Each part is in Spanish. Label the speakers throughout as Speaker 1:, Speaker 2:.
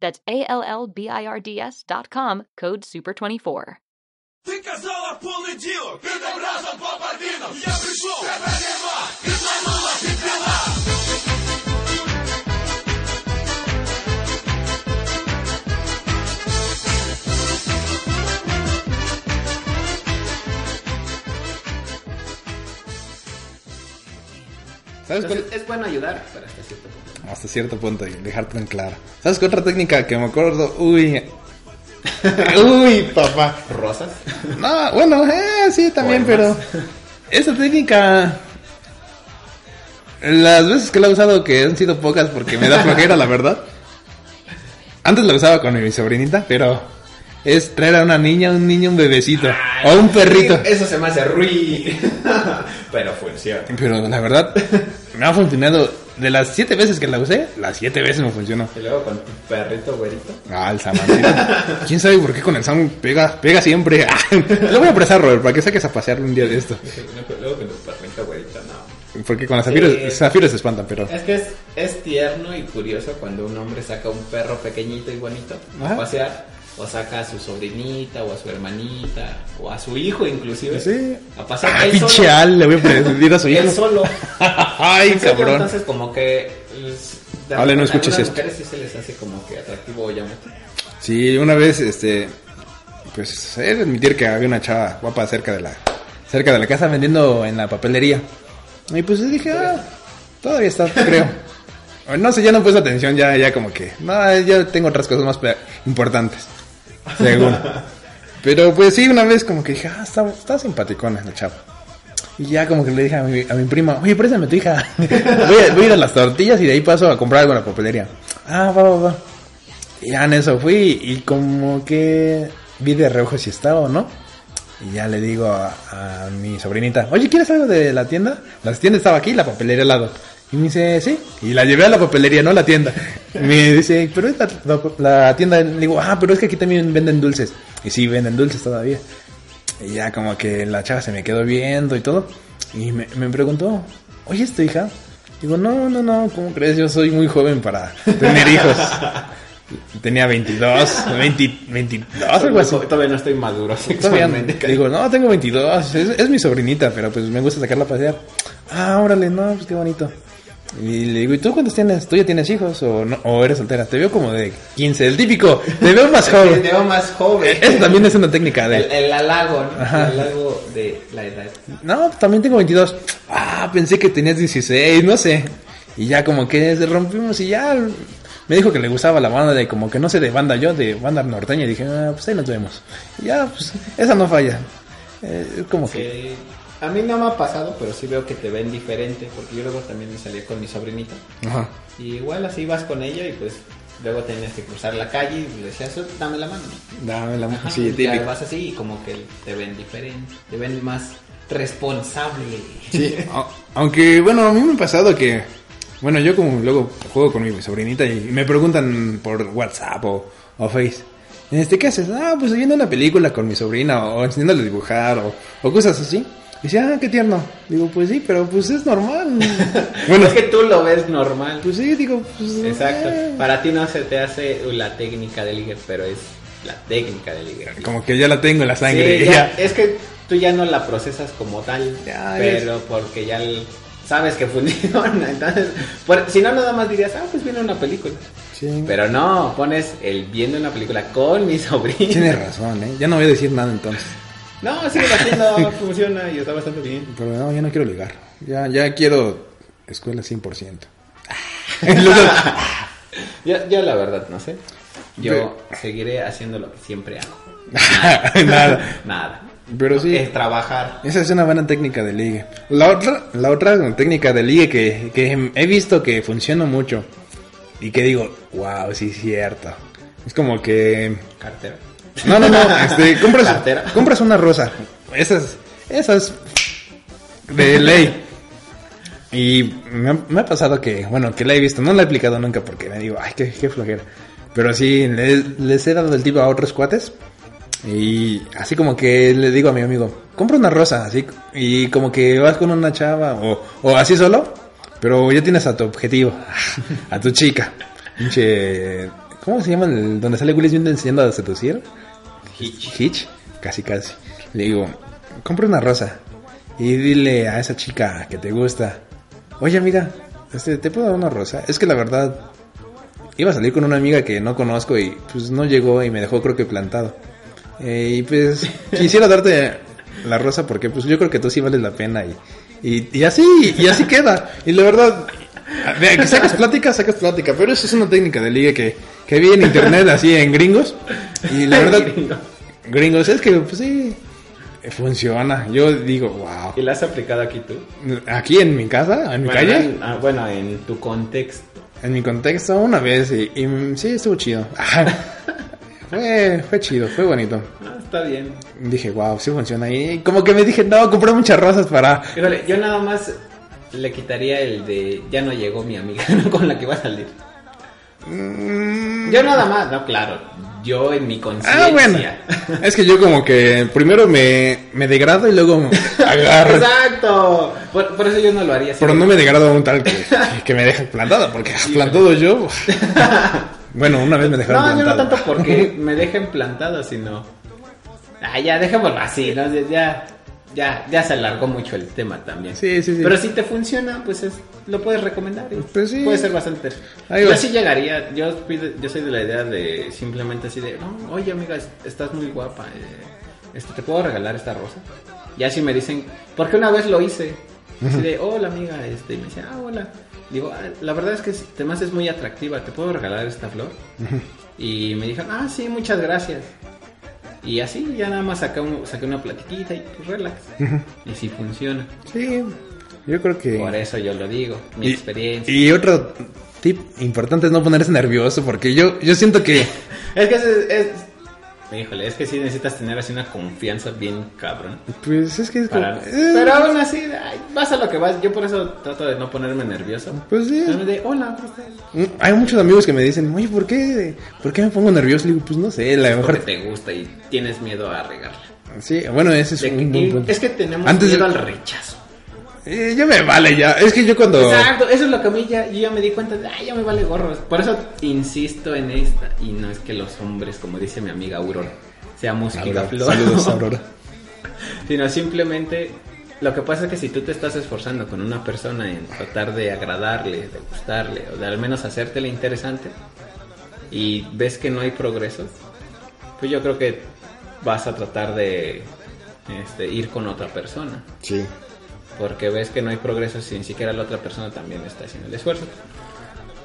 Speaker 1: That's A L L B I R D S dot com, code SUPER24.
Speaker 2: Ти казала понеділок, під образом попадинок. Я прийшов, тебе нема, відлайнула підпіла.
Speaker 3: ¿Sabes cuál?
Speaker 4: Entonces, es bueno ayudar, pero hasta cierto punto.
Speaker 3: Hasta cierto punto y dejarte en claro. ¿Sabes qué otra técnica que me acuerdo? Uy. Uy, papá.
Speaker 4: Rosas.
Speaker 3: No, bueno, eh, sí, también, pero.
Speaker 4: Poemas.
Speaker 3: Esa técnica. Las veces que la he usado, que han sido pocas porque me da flojera, la verdad. Antes la usaba con mi sobrinita, pero. Es traer a una niña, un niño, un bebecito. o un perrito.
Speaker 4: Eso se me hace ruido. pero funciona.
Speaker 3: Pero la verdad, me ha funcionado. De las siete veces que la usé, las siete veces me funcionó.
Speaker 4: Y luego con tu perrito güerito.
Speaker 3: Ah, el Samancito. ¿Quién sabe por qué con el Sam pega, pega siempre? Ah, Lo voy a prestar, Robert, para que saques a pasearlo un día de esto.
Speaker 4: Luego con tu perrito güerito, no.
Speaker 3: Porque con las zafiros,
Speaker 4: Sí.
Speaker 3: zafiros se espantan, pero...
Speaker 4: Es que es, es tierno y curioso cuando un hombre saca un perro pequeñito y bonito
Speaker 3: Ajá.
Speaker 4: a pasear. O saca a su sobrinita, o a su hermanita, o a su hijo inclusive.
Speaker 3: Sí.
Speaker 4: A pasear
Speaker 3: Ah,
Speaker 4: él
Speaker 3: pinche
Speaker 4: solo.
Speaker 3: Al, le voy a pedir a su
Speaker 4: Él
Speaker 3: hijo.
Speaker 4: solo.
Speaker 3: Ay,
Speaker 4: En serio,
Speaker 3: cabrón.
Speaker 4: Entonces, como que. pues, de
Speaker 3: Ale, no
Speaker 4: repente
Speaker 3: escuches
Speaker 4: a algunas
Speaker 3: esto.
Speaker 4: mujeres sí se les hace como que atractivo o llamativo.
Speaker 3: Sí, una vez, este... Pues he de admitir que había una chava guapa cerca de la... Cerca de la casa vendiendo en la papelería. Y pues dije, ah, todavía está, creo. No sé, ya no puse atención, ya, ya como que... No, ya tengo otras cosas más pe- importantes. Según. Pero pues sí, una vez como que dije, ah, está, está simpaticona la chava. Y ya como que le dije a mi, a mi prima, oye, préstame tu hija. voy, a, voy a ir a las tortillas y de ahí paso a comprar algo en la papelería. Ah, va, va, va. Y ya en eso fui y como que vi de reojo si estaba o no. Y ya le digo a, a mi sobrinita, oye, ¿quieres algo de la tienda? La tienda estaba aquí, la papelería al lado. Y me dice, sí. Y la llevé a la papelería, no a la tienda. Y me dice, pero es la, la- la tienda. Le digo, ah, pero es que aquí también venden dulces. Y sí, venden dulces todavía. Y ya como que la chava se me quedó viendo y todo. Y me, me preguntó, oye, ¿es tu hija? Digo, no, no, no, ¿cómo crees? Yo soy muy joven para tener hijos. Tenía 22, 20, 22, algo así.
Speaker 4: Todavía no estoy maduro
Speaker 3: Todavía
Speaker 4: sexualmente.
Speaker 3: digo, no, tengo 22, es, es mi sobrinita, pero pues me gusta sacarla a pasear. Ah, órale, no, pues qué bonito. Y le digo, ¿y tú cuántos tienes? ¿Tú ya tienes hijos o, no, o eres soltera? Te veo como de 15, el típico, te veo más
Speaker 4: Te
Speaker 3: joven.
Speaker 4: veo más joven.
Speaker 3: Eso también es una técnica de...
Speaker 4: El, el halago, ¿no?
Speaker 3: Ajá.
Speaker 4: El halago de la edad.
Speaker 3: No, también tengo 22. Ah, pensé que tenías 16, no sé. Y ya como que se rompimos y ya me dijo que le gustaba la banda de como que no sé de banda yo, de banda norteña. Y dije, ah, pues ahí nos vemos. Y ya, pues esa no falla. Eh, es como que...
Speaker 4: Que a mí no me ha pasado, pero sí veo que te ven diferente. Porque yo luego también me salía con mi sobrinita.
Speaker 3: Ajá.
Speaker 4: Y igual así vas con ella y pues luego tenías que cruzar la calle y le decías, "Tú, dame la mano.
Speaker 3: Dame la
Speaker 4: Ajá,
Speaker 3: sí,
Speaker 4: y Ah, ya
Speaker 3: típico.
Speaker 4: vas así y como que te ven diferente. Te ven más responsable.
Speaker 3: Sí, a- aunque bueno, a mí me ha pasado que, bueno, yo como luego juego con mi sobrinita y me preguntan por WhatsApp o, o Face. Este, ¿qué haces? Ah, pues viendo una película con mi sobrina o, enseñándole a dibujar o, o cosas así. Y dice, ah, qué tierno. Digo, pues sí, pero pues es normal. bueno,
Speaker 4: es que tú lo ves normal.
Speaker 3: pues sí, digo, pues...
Speaker 4: Exacto.
Speaker 3: eh.
Speaker 4: Para ti no se te hace la técnica de ligue, pero es la técnica de ligue.
Speaker 3: Como que ya la tengo en la sangre.
Speaker 4: Sí, ya-
Speaker 3: ya.
Speaker 4: Es que tú ya no la procesas como tal,
Speaker 3: Ya,
Speaker 4: pero porque ya l- sabes que funciona. Entonces, por- si no, nada más dirías, ah, pues viene una película.
Speaker 3: Sí.
Speaker 4: Pero no, pones el viendo una película con mi sobrino.
Speaker 3: Tienes razón, ¿eh? Ya no voy a decir nada entonces.
Speaker 4: No, sigue haciendo, funciona y está bastante bien.
Speaker 3: Pero no, ya no quiero ligar. Ya, ya quiero escuela 100%. Entonces,
Speaker 4: Yo, yo la verdad, no sé. Yo seguiré haciendo lo que siempre hago.
Speaker 3: nada.
Speaker 4: Nada.
Speaker 3: Pero sí.
Speaker 4: Es trabajar.
Speaker 3: Esa es una buena técnica de ligue. La otra, la otra técnica de ligue que, que he visto que funciona mucho y que digo, wow, sí es cierto. Es como que...
Speaker 4: Cartera.
Speaker 3: No, no, no, este, compras,
Speaker 4: Cartera.
Speaker 3: compras una rosa. Esas, esas de ley. Y me ha, me ha pasado que, bueno, que la he visto, no la he aplicado nunca porque me digo, ay, qué, qué flojera. Pero sí, le- les he dado el tip a otros cuates. Y así como que le digo a mi amigo, compra una rosa, así. Y como que vas con una chava o, o así solo, pero ya tienes a tu objetivo, a tu chica. Pinche, ¿Cómo se llama? el- Donde sale Will Smith enseñando a seducir.
Speaker 4: Hitch.
Speaker 3: Hitch, casi casi. Le digo, compra una rosa y dile a esa chica que te gusta, oye amiga, este, ¿te puedo dar una rosa? Es que la verdad, iba a salir con una amiga que no conozco y pues no llegó y me dejó creo que plantado. Eh, y pues quisiera darte la rosa porque pues yo creo que tú sí vales la pena y, y, y así, y así queda. Y la verdad... de que sacas plática, sacas plática, pero eso es una técnica de ligue que, que vi en internet así en gringos y la verdad
Speaker 4: Gringo.
Speaker 3: Gringos, es que pues sí funciona. Yo digo, wow.
Speaker 4: ¿Y la has aplicado aquí tú?
Speaker 3: Aquí en mi casa, en mi
Speaker 4: Bueno,
Speaker 3: calle,
Speaker 4: en- ah, bueno, en tu contexto.
Speaker 3: en mi contexto, una vez y, y, mm, sí estuvo chido. fue, fue chido, fue bonito.
Speaker 4: Ah, está bien.
Speaker 3: Dije, wow, sí funciona. Y como que me dije, no, compré muchas rosas para.
Speaker 4: Híjole, yo nada más le quitaría el de ya no llegó mi amiga con la que iba a salir. Yo nada más, no, claro. Yo en mi conciencia.
Speaker 3: Ah, bueno. Es que yo como que primero me, me degrado y luego agarro.
Speaker 4: Exacto. Por, por eso yo no lo haría. así
Speaker 3: Pero
Speaker 4: de-
Speaker 3: no me degrado a un tal que, que me deja plantado, porque plantado yo. Bueno, una vez me dejaron
Speaker 4: No, yo no
Speaker 3: plantado.
Speaker 4: tanto porque me dejen plantado, sino. Ah, ya, dejémoslo así, ¿no? Ya, ya, ya se alargó mucho el tema también.
Speaker 3: Sí, sí, sí.
Speaker 4: Pero si te funciona, pues es, lo puedes recomendar. y
Speaker 3: Pues sí.
Speaker 4: Puede ser bastante.
Speaker 3: Ahí
Speaker 4: yo
Speaker 3: va.
Speaker 4: sí llegaría, yo, fui de- yo soy de la idea de simplemente así de, "No, oye amiga, es- estás muy guapa. eh, este, ¿Te puedo regalar esta rosa? Y así me dicen, porque una vez lo hice. Así de, hola amiga, este, y me dice, ah, hola. Digo, "Ah, la verdad es que te me haces muy atractiva, ¿te puedo regalar esta flor? Y me dijeron, ah, sí, muchas gracias. Y así ya nada más saqué, un- saqué una platiquita y pues, relax. Y si funciona.
Speaker 3: Sí, yo creo que.
Speaker 4: Por eso yo lo digo, mi
Speaker 3: y,
Speaker 4: experiencia.
Speaker 3: y otro tip importante es no ponerse nervioso, porque yo, yo siento que.
Speaker 4: Es que es, es- Híjole, es que sí necesitas tener así una confianza bien cabrón.
Speaker 3: Pues es que es como-
Speaker 4: para-
Speaker 3: eh,
Speaker 4: Pero aún así, ay, vas a lo que vas. Yo por eso trato de no ponerme nervioso.
Speaker 3: Pues sí.
Speaker 4: Nada más de, hola, ¿cómo estás?
Speaker 3: Hay muchos amigos que me dicen, oye, ¿por qué, ¿por qué me pongo nervioso? Le digo, pues no sé, la
Speaker 4: Porque
Speaker 3: mejor.
Speaker 4: te gusta y tienes miedo a regarla.
Speaker 3: Sí, bueno, ese es
Speaker 4: De
Speaker 3: un
Speaker 4: que-
Speaker 3: buen punto.
Speaker 4: es que tenemos
Speaker 3: Antes de-
Speaker 4: miedo al rechazo.
Speaker 3: Eh, ya me vale, ya. Es que yo cuando.
Speaker 4: Exacto, eso es lo que a mí ya, yo ya me di cuenta de, ay, ya me vale gorros. Por eso insisto en esta, y no es que los hombres, como dice mi amiga Aurora, seamos
Speaker 3: Aurora,
Speaker 4: picaflor.
Speaker 3: saludos, Aurora.
Speaker 4: Sino simplemente, lo que pasa es que si tú te estás esforzando con una persona en tratar de agradarle, de gustarle, o de al menos hacértela interesante, y ves que no hay progreso, pues yo creo que vas a tratar de este, ir con otra persona.
Speaker 3: Sí.
Speaker 4: Porque ves que no hay progreso si ni siquiera la otra persona también está haciendo el esfuerzo.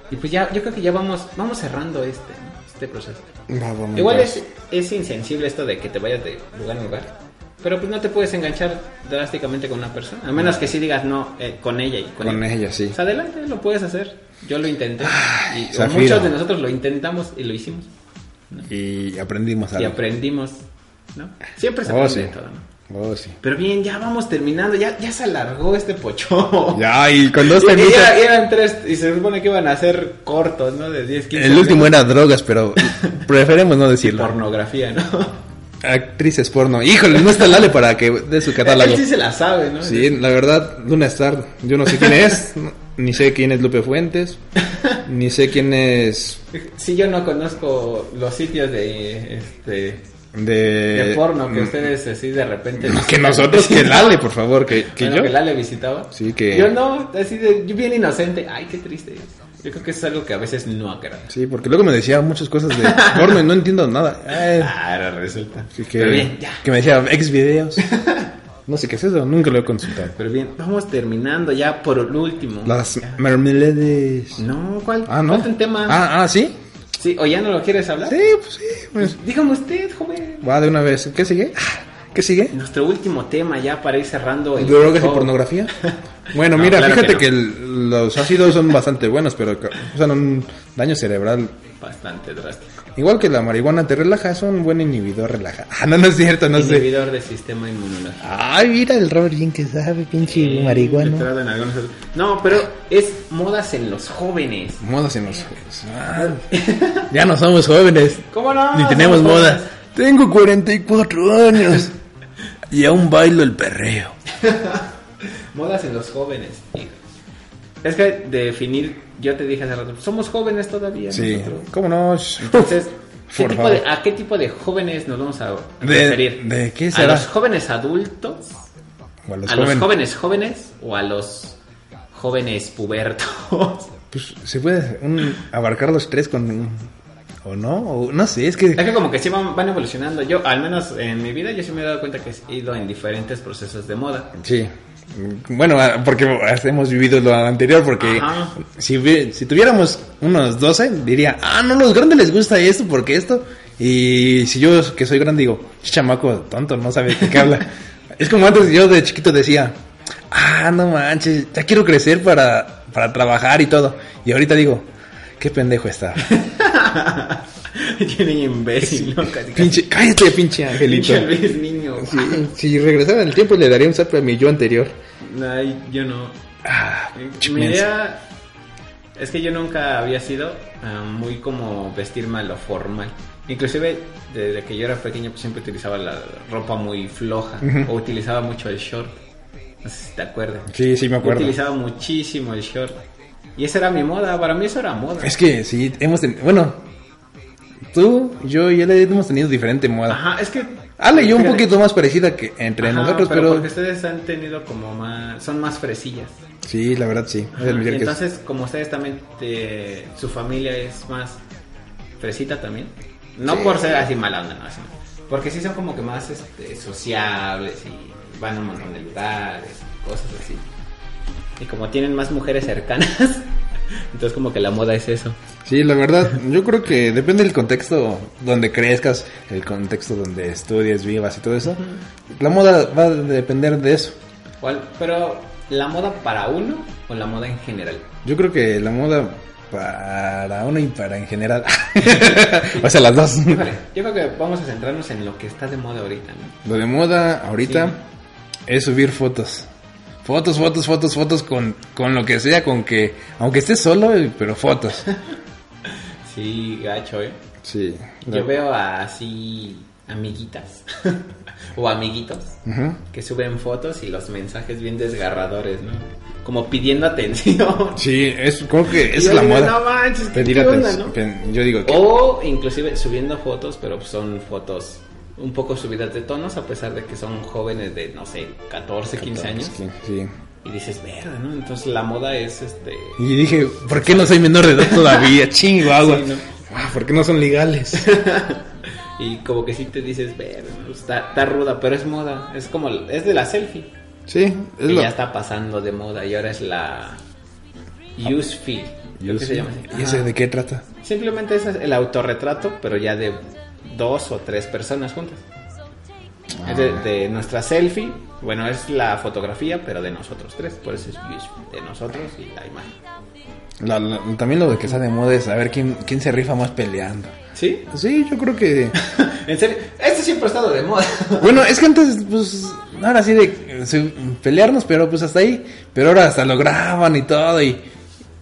Speaker 4: Y pues ya, yo creo que ya vamos, vamos cerrando este, ¿no? este proceso.
Speaker 3: Va, vamos,
Speaker 4: Igual
Speaker 3: va.
Speaker 4: es, es insensible esto de que te vayas de lugar en lugar. Pero pues no te puedes enganchar drásticamente con una persona. A menos que sí digas no eh, con ella y con,
Speaker 3: Con
Speaker 4: él.
Speaker 3: ella, sí.
Speaker 4: O sea, adelante, lo puedes hacer. Yo lo intenté.
Speaker 3: Ay,
Speaker 4: y, o
Speaker 3: Zafiro.
Speaker 4: muchos de nosotros lo intentamos y lo hicimos.
Speaker 3: Y aprendimos
Speaker 4: Y
Speaker 3: algo.
Speaker 4: aprendimos. ¿no? Siempre se
Speaker 3: Oh,
Speaker 4: aprende
Speaker 3: sí.
Speaker 4: de todo, ¿no?
Speaker 3: Oh, sí.
Speaker 4: Pero bien, ya vamos terminando. Ya, ya se alargó este pocho.
Speaker 3: Ya, y con dos
Speaker 4: Y- y
Speaker 3: temitas.
Speaker 4: era- eran tres, y se supone que iban a ser cortos, ¿no? De 10, 15.
Speaker 3: El último
Speaker 4: minutos.
Speaker 3: era drogas, pero preferimos no decirlo.
Speaker 4: Pornografía, ¿no?
Speaker 3: Actrices porno. Híjole, no está Lale para que dé su catálogo.
Speaker 4: Él sí se la sabe, ¿no?
Speaker 3: Sí, la verdad, Luna Star, yo no sé quién es, no- ni sé quién es Lupe Fuentes, ni sé quién es
Speaker 4: Si yo no conozco los sitios de este
Speaker 3: de...
Speaker 4: de porno que
Speaker 3: Mm,
Speaker 4: ustedes así de repente
Speaker 3: Que nosotros, que Lale, por favor, que, que
Speaker 4: Bueno,
Speaker 3: yo.
Speaker 4: que la le visitaba.
Speaker 3: Sí, que-
Speaker 4: Yo no, así de yo bien inocente. Ay, qué triste. Yo creo que eso es algo que a veces no agrada.
Speaker 3: Sí, porque luego me decía muchas cosas de porno y no entiendo nada. Ay,
Speaker 4: Ahora resulta.
Speaker 3: que, que-
Speaker 4: Ah, Pero bien, ya.
Speaker 3: que me decía ex videos. No sé qué es eso, nunca lo he consultado.
Speaker 4: Pero bien, vamos terminando ya por el último.
Speaker 3: Las mermeledes.
Speaker 4: No, ¿cuál?
Speaker 3: Ah, no.
Speaker 4: Falta un tema.
Speaker 3: Ah, ah, sí.
Speaker 4: Sí, o ya no lo quieres hablar.
Speaker 3: Sí, pues sí. pues.
Speaker 4: Dígame usted, joven.
Speaker 3: Va de una vez. ¿Qué sigue? Ah, ¿Qué sigue?
Speaker 4: Nuestro último tema ya para ir cerrando. el
Speaker 3: ¿Drogas y
Speaker 4: show.
Speaker 3: pornografía? Bueno,
Speaker 4: No,
Speaker 3: mira,
Speaker 4: claro
Speaker 3: fíjate
Speaker 4: que no.
Speaker 3: que, el- los ácidos son bastante buenos, pero causan un daño cerebral.
Speaker 4: Bastante drástico.
Speaker 3: Igual que la marihuana te relaja, es un buen inhibidor relaja. Ah, no, no es cierto, no sé.
Speaker 4: Inhibidor del sistema inmunológico.
Speaker 3: Ay, mira el Robert bien que sabe,
Speaker 4: Eh,
Speaker 3: pinche marihuana.
Speaker 4: Letrado en algunos- No, pero es modas en los jóvenes.
Speaker 3: Modas en los Ah, Ya no somos jóvenes.
Speaker 4: ¿Cómo no?
Speaker 3: Ni tenemos
Speaker 4: Somos
Speaker 3: modas. Tengo 44 años. Y aún bailo el perreo.
Speaker 4: Modas en los jóvenes. hijos. Es que definir, yo te dije hace rato, somos jóvenes todavía.
Speaker 3: Sí.
Speaker 4: nosotros.
Speaker 3: ¿Cómo no? Sh-
Speaker 4: Entonces, ¿qué
Speaker 3: Por
Speaker 4: tipo de-
Speaker 3: favor.
Speaker 4: ¿a qué tipo de jóvenes nos vamos a
Speaker 3: De-
Speaker 4: referir?
Speaker 3: de qué
Speaker 4: ¿A
Speaker 3: será?
Speaker 4: los jóvenes adultos?
Speaker 3: O a los
Speaker 4: ¿A
Speaker 3: jóvenes.
Speaker 4: los jóvenes jóvenes? ¿O a los jóvenes pubertos?
Speaker 3: Pues se puede un- abarcar los tres con. ¿O no? O, no sé, es que.
Speaker 4: Es que como que sí van, van evolucionando. Yo, al menos en mi vida, yo sí me he dado cuenta que he ido en diferentes procesos de moda.
Speaker 3: Sí. Bueno, ah, porque hemos vivido lo anterior, porque
Speaker 4: Ajá.
Speaker 3: si, vi- si tuviéramos unos 12, diría, ah, no, los grandes les gusta esto, porque esto. Y si yo, que soy grande, digo, "Ch- chamaco, tonto, no sabe de qué habla. es como antes yo de chiquito decía, ah, no manches, ya quiero crecer para, para trabajar y todo. Y ahorita digo, qué pendejo está.
Speaker 4: Qué niño imbécil, ¿no? Casi, casi.
Speaker 3: pinche, cállate, pinche angelito.
Speaker 4: Pinche Luis, niño.
Speaker 3: Si, si regresara en el tiempo, le daría un zape a mi yo anterior.
Speaker 4: Ay, yo no. Eh,
Speaker 3: Ah,
Speaker 4: Mi
Speaker 3: chimens.
Speaker 4: idea es que yo nunca había sido ah, muy como vestirme a lo formal. Inclusive desde que yo era pequeño pues, siempre utilizaba la ropa muy floja o utilizaba mucho el short. No sé si te acuerdas.
Speaker 3: Sí, sí, me acuerdo.
Speaker 4: Utilizaba muchísimo el short. Y esa era mi moda, para mí eso era moda.
Speaker 3: Es que sí, hemos tenido. Bueno, tú, yo y él hemos tenido diferente moda.
Speaker 4: Ajá, es que...
Speaker 3: Ale y yo Ah, un
Speaker 4: fíjate.
Speaker 3: poquito más parecida que entre
Speaker 4: Ajá,
Speaker 3: nosotros,
Speaker 4: pero,
Speaker 3: pero.
Speaker 4: porque ustedes han tenido como más... son más fresillas.
Speaker 3: Sí, la verdad sí. Es
Speaker 4: Ajá,
Speaker 3: el
Speaker 4: y
Speaker 3: mejor que es.
Speaker 4: entonces, como ustedes también, eh, su familia es más fresita también. No por ser así mala onda, no, así no. Porque sí son como que más este, sociables y van a un montón de lugares, cosas así. Y como tienen más mujeres cercanas, entonces como que la moda es eso.
Speaker 3: Sí, la verdad, yo creo que depende del contexto donde crezcas, el contexto donde estudies, vivas y todo eso. La moda va a depender de eso.
Speaker 4: ¿Cuál? Pero la moda para uno o la moda en general.
Speaker 3: Yo creo que la moda para uno y para en general. o sea, las dos.
Speaker 4: Vale, yo creo que vamos a centrarnos en lo que está de moda ahorita, ¿no?
Speaker 3: Lo de moda ahorita
Speaker 4: Sí.
Speaker 3: es subir fotos. Fotos, fotos, fotos, fotos con, con lo que sea, con que, aunque estés solo, eh, pero fotos.
Speaker 4: Sí, gacho, ¿eh?
Speaker 3: Sí.
Speaker 4: Yo veo a- así amiguitas o amiguitos
Speaker 3: Ujú.
Speaker 4: que suben fotos y los mensajes bien desgarradores, ¿no? Como pidiendo atención.
Speaker 3: Sí, es como que
Speaker 4: Y
Speaker 3: es
Speaker 4: yo
Speaker 3: la
Speaker 4: digo,
Speaker 3: moda.
Speaker 4: "No manches, ¿qué-
Speaker 3: Pedir
Speaker 4: qué onda,
Speaker 3: atención.
Speaker 4: no?" Oh,
Speaker 3: pen- Yo digo que
Speaker 4: O inclusive subiendo fotos, pero son fotos un poco subidas de tonos a pesar de que son jóvenes de, no sé, 14, 15 años.
Speaker 3: Sí, sí.
Speaker 4: Y dices, verga, ¿no? Entonces la moda es este...
Speaker 3: Y dije, ¿por qué no soy menor de edad todavía? Chihuahua.
Speaker 4: Sí, no.
Speaker 3: Ah, ¿Por qué no son legales?
Speaker 4: Y como que sí te dices, verga, ¿no? está, está ruda, pero es moda. Es como, es de la selfie.
Speaker 3: Sí, es
Speaker 4: que
Speaker 3: lo.
Speaker 4: ya está pasando de moda y ahora es la use fee. Creo que se llama así.
Speaker 3: ¿Y ese
Speaker 4: Ajá.
Speaker 3: de qué trata?
Speaker 4: Simplemente ese es el autorretrato, pero ya de dos o tres personas juntas. Es de,
Speaker 3: Ah.
Speaker 4: de nuestra selfie, bueno, es la fotografía, pero de nosotros tres, por eso es use fee, de nosotros y la imagen.
Speaker 3: La- la- también lo de que está de moda es a ver quién, quién se rifa más peleando.
Speaker 4: ¿Sí?
Speaker 3: Sí, yo creo que.
Speaker 4: En serio, esto siempre ha estado de moda.
Speaker 3: Bueno, es que antes, pues, ahora sí de eh, se- pelearnos, pero pues hasta ahí. Pero ahora hasta lo graban y todo y,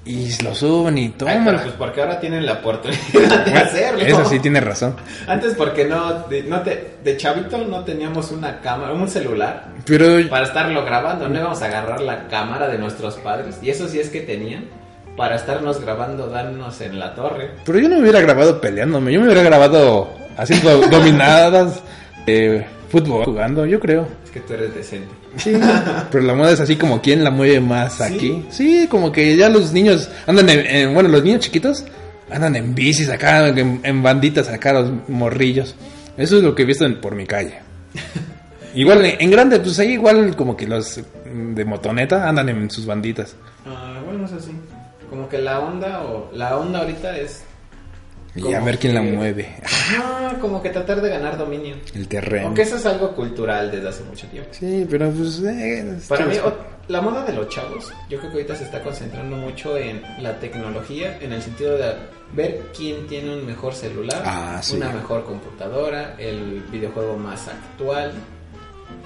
Speaker 3: y lo suben y
Speaker 4: Ay, pero pues
Speaker 3: toman.
Speaker 4: porque ahora tienen la oportunidad de hacerlo.
Speaker 3: Eso sí, tiene razón.
Speaker 4: Antes porque no, de, no te- de chavito no teníamos una cámara, un celular.
Speaker 3: Pero
Speaker 4: para estarlo grabando, no íbamos a agarrar la cámara de nuestros padres, y eso sí es que tenían, para estarnos grabando, darnos en la torre.
Speaker 3: Pero yo no me hubiera grabado peleándome, yo me hubiera grabado haciendo dominadas, eh, Fútbol jugando, yo creo.
Speaker 4: Es que tú eres decente.
Speaker 3: Sí. Pero la moda es así como quién la mueve más aquí. Sí, como que ya los niños andan en, en- bueno, los niños chiquitos andan en bicis acá, en, en banditas acá, los morrillos. Eso es lo que he visto en- por mi calle. Igual en, en grande, pues ahí igual como que los mm, de motoneta andan en sus banditas.
Speaker 4: Ah, bueno, es así. Como que la onda o la onda ahorita es
Speaker 3: Y
Speaker 4: Como
Speaker 3: a ver quién la
Speaker 4: que-
Speaker 3: mueve.
Speaker 4: ah, como que tratar de ganar dominio.
Speaker 3: El terreno.
Speaker 4: Aunque eso es algo cultural desde hace mucho tiempo.
Speaker 3: Sí, pero pues... eh, es
Speaker 4: Para mí,
Speaker 3: chido.
Speaker 4: o- la moda de los chavos, yo creo que ahorita se está concentrando mucho en la tecnología, en el sentido de ver quién tiene un mejor celular,
Speaker 3: Ah, sí.
Speaker 4: una mejor computadora, el videojuego más actual,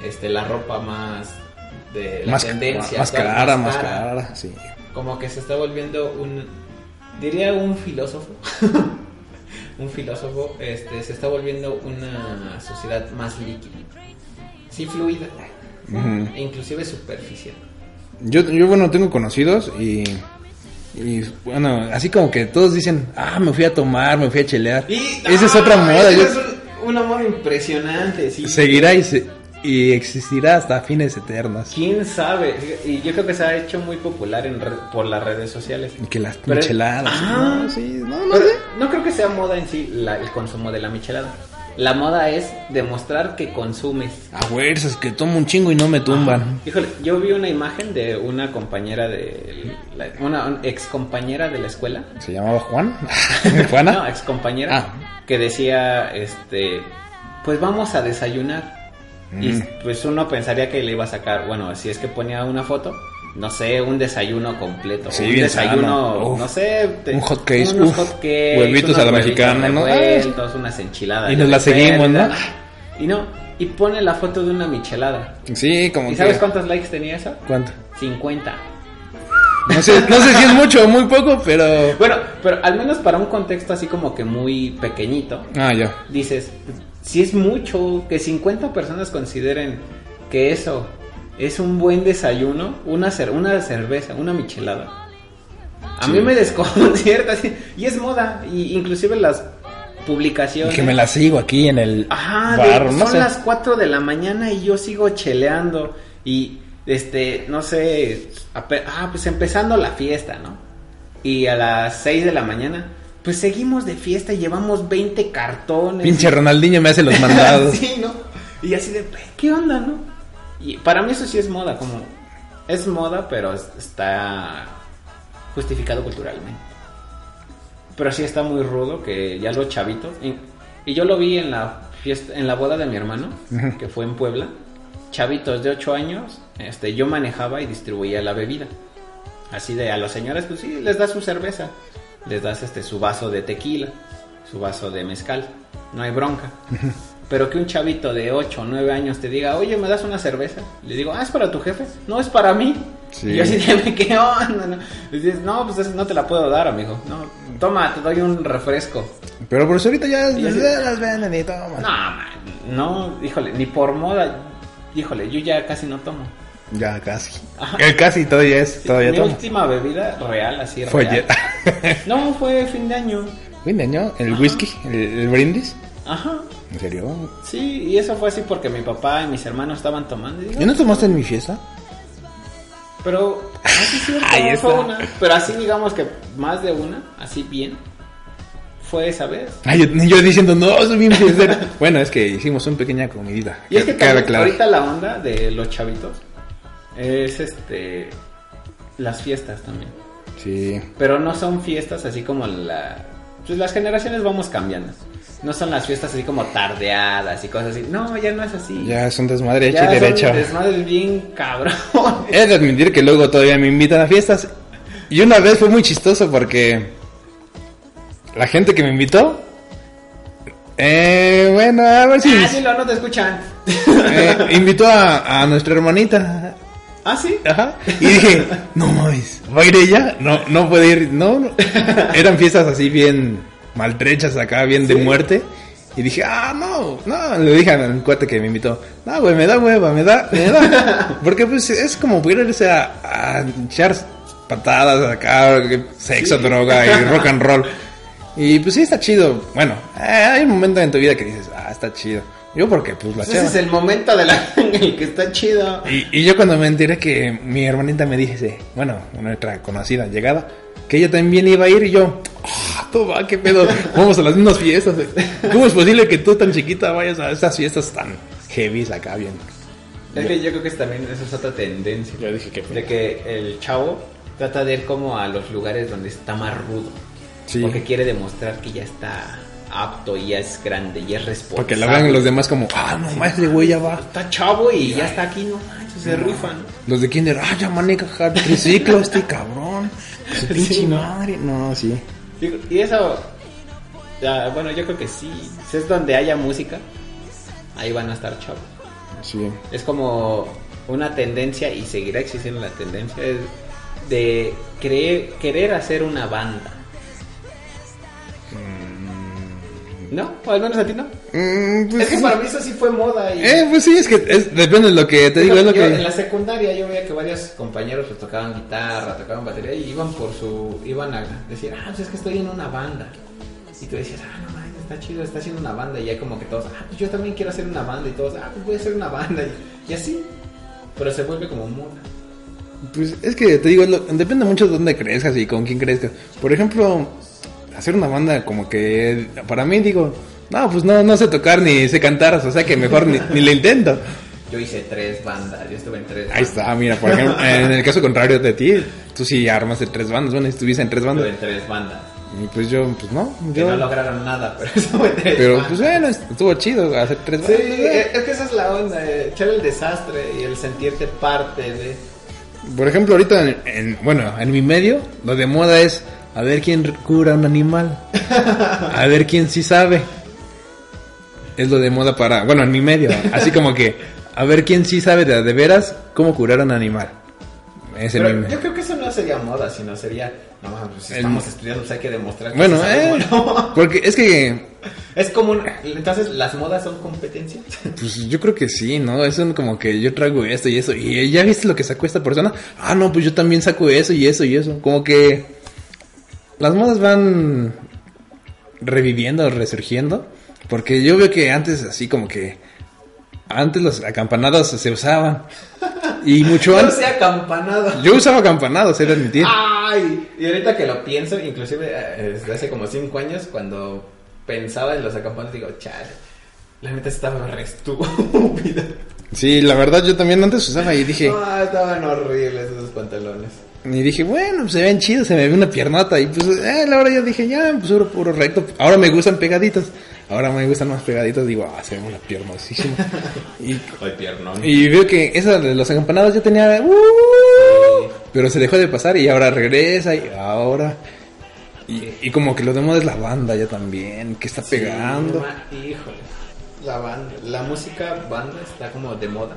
Speaker 4: este, la ropa más de la
Speaker 3: más,
Speaker 4: tendencia.
Speaker 3: más
Speaker 4: actual,
Speaker 3: cara, más cara, sí.
Speaker 4: Como que se está volviendo un, diría un filósofo, un filósofo, este, se está volviendo una sociedad más líquida, sí fluida,
Speaker 3: Ujú.
Speaker 4: e inclusive superficial.
Speaker 3: Yo, yo bueno, tengo conocidos y, y, bueno, así como que todos dicen, ah, me fui a tomar, me fui a chelear. Esa es
Speaker 4: ¡Ah!
Speaker 3: otra moda.
Speaker 4: Esa
Speaker 3: yo-
Speaker 4: es un- una moda impresionante, sí.
Speaker 3: Seguirá y, se- y existirá hasta fines eternos.
Speaker 4: ¿Quién sabe? Y yo creo que se ha hecho muy popular en re- por las redes sociales.
Speaker 3: Y que las
Speaker 4: Pero-
Speaker 3: micheladas.
Speaker 4: Ah.
Speaker 3: no, sí, no, no
Speaker 4: Pero
Speaker 3: sé.
Speaker 4: no creo que sea moda en sí la- el consumo de la michelada. La moda es demostrar que consumes.
Speaker 3: A fuerzas que tomo un chingo y no me tumban.
Speaker 4: Híjole, yo vi una imagen de una compañera de... la- una ex compañera de la escuela.
Speaker 3: ¿Se llamaba Juan? ¿Juana?
Speaker 4: Ah. No, ex compañera.
Speaker 3: Ah.
Speaker 4: Que decía, este, pues vamos a desayunar. Y
Speaker 3: Mm.
Speaker 4: pues uno pensaría que le iba a sacar, bueno, si es que ponía una foto, no sé, un desayuno completo.
Speaker 3: Sí,
Speaker 4: un
Speaker 3: bien
Speaker 4: desayuno,
Speaker 3: sano. Uf.
Speaker 4: no sé,
Speaker 3: Un hot cakes,
Speaker 4: unos
Speaker 3: uf.
Speaker 4: hot cakes,
Speaker 3: Huevitos
Speaker 4: unos
Speaker 3: a la
Speaker 4: huevitos
Speaker 3: mexicana, ¿no?
Speaker 4: revueltos, unas enchiladas.
Speaker 3: Y nos la seguimos, ¿no?
Speaker 4: Y no, y pone la foto de una michelada.
Speaker 3: Sí, como
Speaker 4: ¿Y
Speaker 3: que-
Speaker 4: sabes cuántos likes tenía eso?
Speaker 3: ¿Cuánto?
Speaker 4: 50.
Speaker 3: No sé, no sé si es mucho o muy poco, pero...
Speaker 4: Bueno, pero al menos para un contexto así como que muy pequeñito,
Speaker 3: Ah, ya.
Speaker 4: dices, si es mucho que 50 personas consideren que eso es un buen desayuno, una, cer- una cerveza, una michelada. A
Speaker 3: Sí.
Speaker 4: mí me desconcierta, así, y es moda, y inclusive las
Speaker 3: Y
Speaker 4: publicaciones.
Speaker 3: que me la sigo aquí en el
Speaker 4: Ajá, de-
Speaker 3: bar, no
Speaker 4: son
Speaker 3: sé.
Speaker 4: las 4 de la mañana y yo sigo cheleando y este, no sé, ape- ah, pues empezando la fiesta, ¿no? Y a las 6 de la mañana, pues seguimos de fiesta y llevamos 20 cartones.
Speaker 3: Pinche Ronaldinho me hace los mandados.
Speaker 4: sí, ¿no? Y así de, "Pues, ¿qué onda, no? Y para mí eso sí es moda, como es moda, pero es- está justificado culturalmente. Pero sí está muy rudo que ya los chavitos y, y yo lo vi en la fiesta en la boda de mi hermano, que fue en Puebla. Chavitos de 8 años, este yo manejaba y distribuía la bebida. Así de a los señores pues sí les das su cerveza, les das este su vaso de tequila, su vaso de mezcal. No hay bronca. Pero que un chavito de 8 o 9 años te diga, oye, ¿me das una cerveza? Le digo, ah, es para tu jefe. No, es para mí.
Speaker 3: Sí.
Speaker 4: Y yo así de, ¿qué onda? No? Y dices, no, pues eso no te la puedo dar, amigo. No, toma, te doy un refresco.
Speaker 3: Pero por eso ahorita ya
Speaker 4: Y así-
Speaker 3: ya las venden y toman.
Speaker 4: No, man, no, híjole, ni por moda. Híjole, yo ya casi no tomo.
Speaker 3: Ya casi. Eh, Casi todavía es, todavía
Speaker 4: Mi
Speaker 3: tomo.
Speaker 4: última bebida real, así
Speaker 3: Fue
Speaker 4: real.
Speaker 3: ayer.
Speaker 4: No, fue fin de año.
Speaker 3: Fin de año, el whisky, el, el brindis.
Speaker 4: Ajá.
Speaker 3: ¿En serio?
Speaker 4: Sí, y eso fue así porque mi papá y mis hermanos estaban tomando. Y digo,
Speaker 3: ¿Ya no tomaste en mi fiesta?
Speaker 4: Pero ah, así cierto,
Speaker 3: Ahí
Speaker 4: fue
Speaker 3: está.
Speaker 4: una. Pero así digamos que más de una, así bien. Fue esa vez.
Speaker 3: Ay, Ah, yo, yo diciendo, no, soy bien fiestero. bueno, es que hicimos una pequeña comidita.
Speaker 4: Y es que
Speaker 3: Cabe
Speaker 4: también,
Speaker 3: aclarar.
Speaker 4: ahorita la onda de los chavitos es este las fiestas también.
Speaker 3: Sí.
Speaker 4: Pero no son fiestas así como la pues las generaciones vamos cambiando. No son las fiestas así como tardeadas y cosas así. No, ya no es así.
Speaker 3: Ya es un desmadre hecho
Speaker 4: Ya
Speaker 3: y
Speaker 4: son
Speaker 3: derecho.
Speaker 4: desmadres bien cabrón.
Speaker 3: He de admitir que luego todavía me invitan a fiestas. Y una vez fue muy chistoso porque la gente que me invitó. Eh, bueno, a ver si.
Speaker 4: Ah, dilo, no te escuchan.
Speaker 3: eh, invitó a, a nuestra hermanita.
Speaker 4: ¿Ah, sí?
Speaker 3: Ajá. Y dije, no mames, ¿va a ir ella? No, no puede ir. No, no. Eran fiestas así bien maltrechas acá, bien de muerte. Y dije, ah, no, no, le dije al cuate que me invitó, no, güey, me da hueva, me da, me da. Porque pues es como pudiera irse a, a echar patadas acá, que sexo, droga y rock and roll. Y pues sí está chido. Bueno, eh, hay un momento en tu vida que dices, ah, está chido. Yo porque, pues, la
Speaker 4: Ese
Speaker 3: chava.
Speaker 4: es el momento de la en el que está chido.
Speaker 3: Y, y yo cuando me enteré que mi hermanita me dice, bueno, nuestra conocida llegada, que ella también iba a ir y yo, ah, tú va, qué pedo, vamos a las mismas fiestas. eh. ¿Cómo es posible que tú tan chiquita vayas a estas fiestas tan heavy acá bien?
Speaker 4: Es que yo creo que es también esa es otra tendencia.
Speaker 3: Yo dije que-
Speaker 4: De que el chavo trata de ir como a los lugares donde está más rudo.
Speaker 3: Sí.
Speaker 4: Porque quiere demostrar que ya está apto y ya es grande y es responsable.
Speaker 3: Porque la vean los demás como, ah, no, más de güey ya va.
Speaker 4: Está chavo y ya está aquí, no manches, se rifan.
Speaker 3: Los de Kinder, ah, ya maneja ja, triciclo este cabrón. Su pinche
Speaker 4: Sí, ¿no?
Speaker 3: madre. No, sí.
Speaker 4: Digo, Y eso, ya, bueno, yo creo que sí. Si es donde haya música, ahí van a estar chavos.
Speaker 3: Sí.
Speaker 4: Es como una tendencia y seguirá existiendo la tendencia es de creer, querer hacer una banda. ¿No? ¿O al menos a ti no?
Speaker 3: Mm, pues,
Speaker 4: es que para mí eso sí fue moda. Y
Speaker 3: eh, pues sí, es que es- depende de lo que te digo, es lo
Speaker 4: yo,
Speaker 3: que...
Speaker 4: En la secundaria yo veía que varios compañeros pues, tocaban guitarra, tocaban batería y iban por su. iban a decir, ah, pues es que estoy en una banda. Y tú decías, ah, no mames, está chido, está haciendo una banda. Y ya como que todos, ah, pues yo también quiero hacer una banda. Y todos, ah, pues voy a hacer una banda. Y, y así. Pero se vuelve como moda.
Speaker 3: Pues es que te digo, lo- depende mucho de dónde crezcas y con quién crezcas. Por ejemplo, hacer una banda como que para mí digo, no, pues no, no sé tocar ni sé cantar, o sea que mejor ni, ni le intento.
Speaker 4: Yo hice tres bandas, yo estuve en tres.
Speaker 3: Ahí está, mira, por ejemplo, en el caso contrario de ti, tú sí armas en tres bandas, bueno, estuviste en tres
Speaker 4: Estuve
Speaker 3: bandas.
Speaker 4: en tres bandas.
Speaker 3: Y pues yo, pues no,
Speaker 4: Que no
Speaker 3: yo...
Speaker 4: lograron nada, pero estuve en tres
Speaker 3: Pero
Speaker 4: bandas.
Speaker 3: pues bueno, estuvo chido hacer tres
Speaker 4: Sí, eh,
Speaker 3: bandas.
Speaker 4: es es que esa es la onda, eh, echar el desastre y el sentirte parte de...
Speaker 3: Por ejemplo, ahorita, en, en- bueno, en mi medio, lo de moda es a ver quién cura un animal. A ver quién sí sabe. Es lo de moda para, bueno, en mi medio. Así como que, a ver quién sí sabe de, de veras cómo curar a un animal. Es el
Speaker 4: Pero
Speaker 3: meme.
Speaker 4: yo creo que eso no sería moda, sino sería, no mames, pues, si
Speaker 3: El-
Speaker 4: estamos estudiando, pues hay que demostrar que
Speaker 3: Bueno,
Speaker 4: sí
Speaker 3: eh,
Speaker 4: sabemos, ¿no?
Speaker 3: porque es que,
Speaker 4: Es como un- entonces, ¿las modas son competencia?
Speaker 3: pues yo creo que sí, ¿no? Es un como que yo traigo esto y eso. Y eh, ya viste lo que sacó esta persona. Ah, no, pues yo también saco eso y eso y eso. Como que las modas van reviviendo, resurgiendo. Porque yo veo que antes así como que... Antes las acampanadas se usaban. Y mucho
Speaker 4: Yo
Speaker 3: antes...
Speaker 4: sea Ah. acampanado.
Speaker 3: Yo usaba acampanadas, he de admitir.
Speaker 4: ¡Ay! Y ahorita que lo pienso, inclusive eh, desde hace como cinco años, cuando pensaba en los acampanados, digo, chale, la neta estaba re estúpida.
Speaker 3: Sí, la verdad yo también antes usaba y dije...
Speaker 4: Ah, estaban horribles esos pantalones.
Speaker 3: Y dije, bueno, pues se ven chidos, se me ve una piernota. Y pues, eh, la hora yo dije, ya, pues puro, puro recto. Ahora me gustan pegaditos. Ahora me gustan más pegaditos. Digo, ah, se ve una piernosísima. y,
Speaker 4: Ay, piernón.
Speaker 3: y veo que esa de los acampanados yo tenía. "Uh", pero se dejó de pasar y ahora regresa y ahora. Y, y como que lo demás es la banda ya también, que está pegando.
Speaker 4: Sí, ma- híjole. La banda, la música banda está como de moda.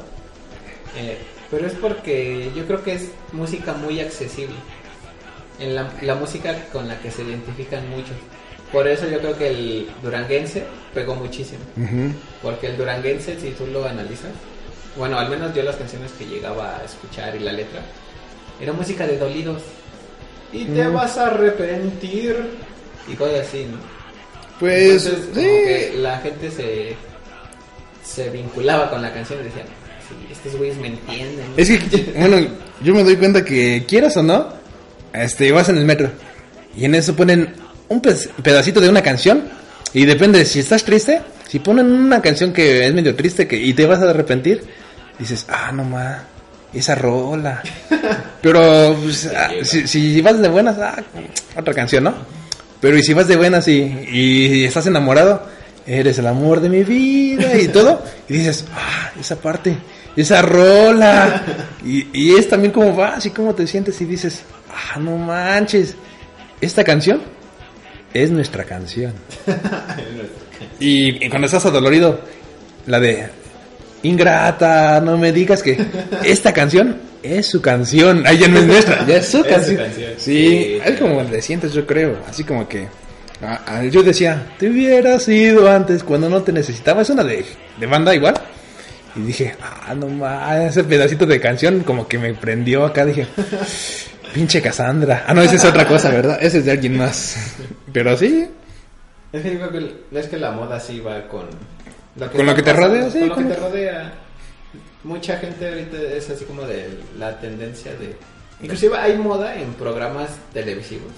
Speaker 4: Eh, pero es porque yo creo que es música muy accesible. En la, la música con la que se identifican muchos. Por eso yo creo que el duranguense pegó muchísimo.
Speaker 3: Ujú.
Speaker 4: Porque el duranguense, si tú lo analizas, bueno, al menos yo las canciones que llegaba a escuchar y la letra, era música de dolidos. Y te vas a arrepentir. Y cosas así, ¿no?
Speaker 3: Pues,
Speaker 4: Entonces, como que
Speaker 3: sí.
Speaker 4: la gente se, se vinculaba con la canción y decían, "Sí, estos güeyes me entienden.
Speaker 3: Es que, bueno, yo me doy cuenta que quieras o no, este, vas en el metro y en eso ponen un pez- pedacito de una canción y depende de si estás triste, si ponen una canción que es medio triste que, y te vas a arrepentir, dices, ah, no ma, esa rola. Pero pues, ah, si, si vas de buenas, ah, otra canción, ¿no? Pero y si vas de buenas y, y estás enamorado, eres el amor de mi vida y todo, y dices, ah, esa parte, esa rola. Y, y es también cómo vas y cómo te sientes y dices, ah, no manches, esta canción es nuestra canción. y, y cuando estás adolorido, la de Ingrata, no me digas que esta canción es su canción. Ay, ya no es nuestra, ya es su
Speaker 4: Es su
Speaker 3: canción.
Speaker 4: canción.
Speaker 3: Sí,
Speaker 4: Sí,
Speaker 3: es como te sientes, yo creo. Así como que. a- a- yo decía, te hubieras ido antes cuando no te necesitaba. Es una de, de banda igual. Y dije, ah, no más, ese pedacito de canción como que me prendió acá. Dije, pinche Cassandra. Ah, no, esa es otra cosa, ¿verdad? Ese es de alguien más. Pero sí,
Speaker 4: Es que yo creo que, el- es que la moda sí va con,
Speaker 3: Con lo que te
Speaker 4: está
Speaker 3: rodea,
Speaker 4: pasando, Con
Speaker 3: sí,
Speaker 4: lo
Speaker 3: con
Speaker 4: que
Speaker 3: lo
Speaker 4: te rodea. Mucha gente ahorita es así como de la tendencia de... Inclusive hay moda en programas televisivos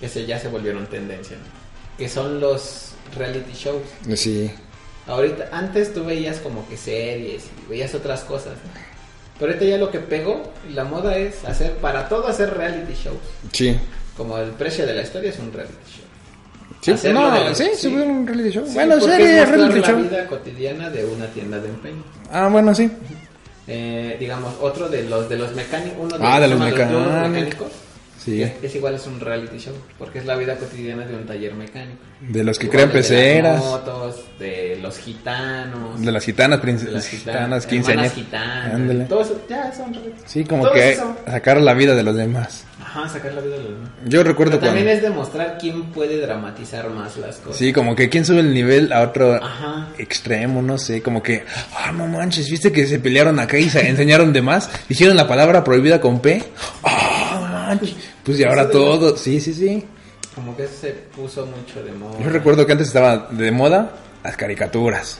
Speaker 4: que se, ya se volvieron tendencia, ¿no? que son los reality shows.
Speaker 3: Sí.
Speaker 4: Ahorita, antes tú veías como que series y veías otras cosas, ¿no? Pero ahorita ya lo que pegó, la moda es hacer, para todo hacer reality shows.
Speaker 3: Sí.
Speaker 4: Como el precio de la historia es un reality show.
Speaker 3: Sí,
Speaker 4: Hacerlo
Speaker 3: no,
Speaker 4: de-
Speaker 3: sí,
Speaker 4: sí.
Speaker 3: se fue un reality show.
Speaker 4: Sí,
Speaker 3: bueno,
Speaker 4: porque
Speaker 3: serie,
Speaker 4: es mostrar
Speaker 3: reality
Speaker 4: la
Speaker 3: show.
Speaker 4: vida cotidiana de una tienda de empeño.
Speaker 3: Ah, bueno, sí.
Speaker 4: Eh, digamos, otro de los de los mecánicos, uno
Speaker 3: Ah, de
Speaker 4: se
Speaker 3: los
Speaker 4: llama
Speaker 3: mecánicos.
Speaker 4: Lobos mecánicos.
Speaker 3: Sí.
Speaker 4: Es, es igual es un reality show, porque es la vida cotidiana de un taller mecánico.
Speaker 3: De los que
Speaker 4: Igual
Speaker 3: crean
Speaker 4: de las
Speaker 3: peceras.
Speaker 4: motos, de los gitanos.
Speaker 3: De las gitanas,
Speaker 4: de
Speaker 3: princes-
Speaker 4: las gitanas,
Speaker 3: gitanas, 15
Speaker 4: hermanas
Speaker 3: años.
Speaker 4: gitanas.
Speaker 3: Ándale.
Speaker 4: Todo eso, ya son reality.
Speaker 3: Sí, como
Speaker 4: Todo
Speaker 3: que
Speaker 4: eso.
Speaker 3: sacar la vida de los demás.
Speaker 4: Ajá, sacar la vida de los demás.
Speaker 3: Yo recuerdo
Speaker 4: Pero también
Speaker 3: cuando...
Speaker 4: es demostrar quién puede dramatizar más las cosas.
Speaker 3: Sí, como que quién sube el nivel a otro
Speaker 4: Ajá.
Speaker 3: extremo, no sé, como que, ah, no manches, viste que se pelearon acá y se enseñaron de más, hicieron la palabra prohibida con P, ah, manches, pues y ahora todo, sí, sí, sí.
Speaker 4: Como que eso se puso mucho de moda.
Speaker 3: Yo recuerdo que antes estaba de moda las caricaturas,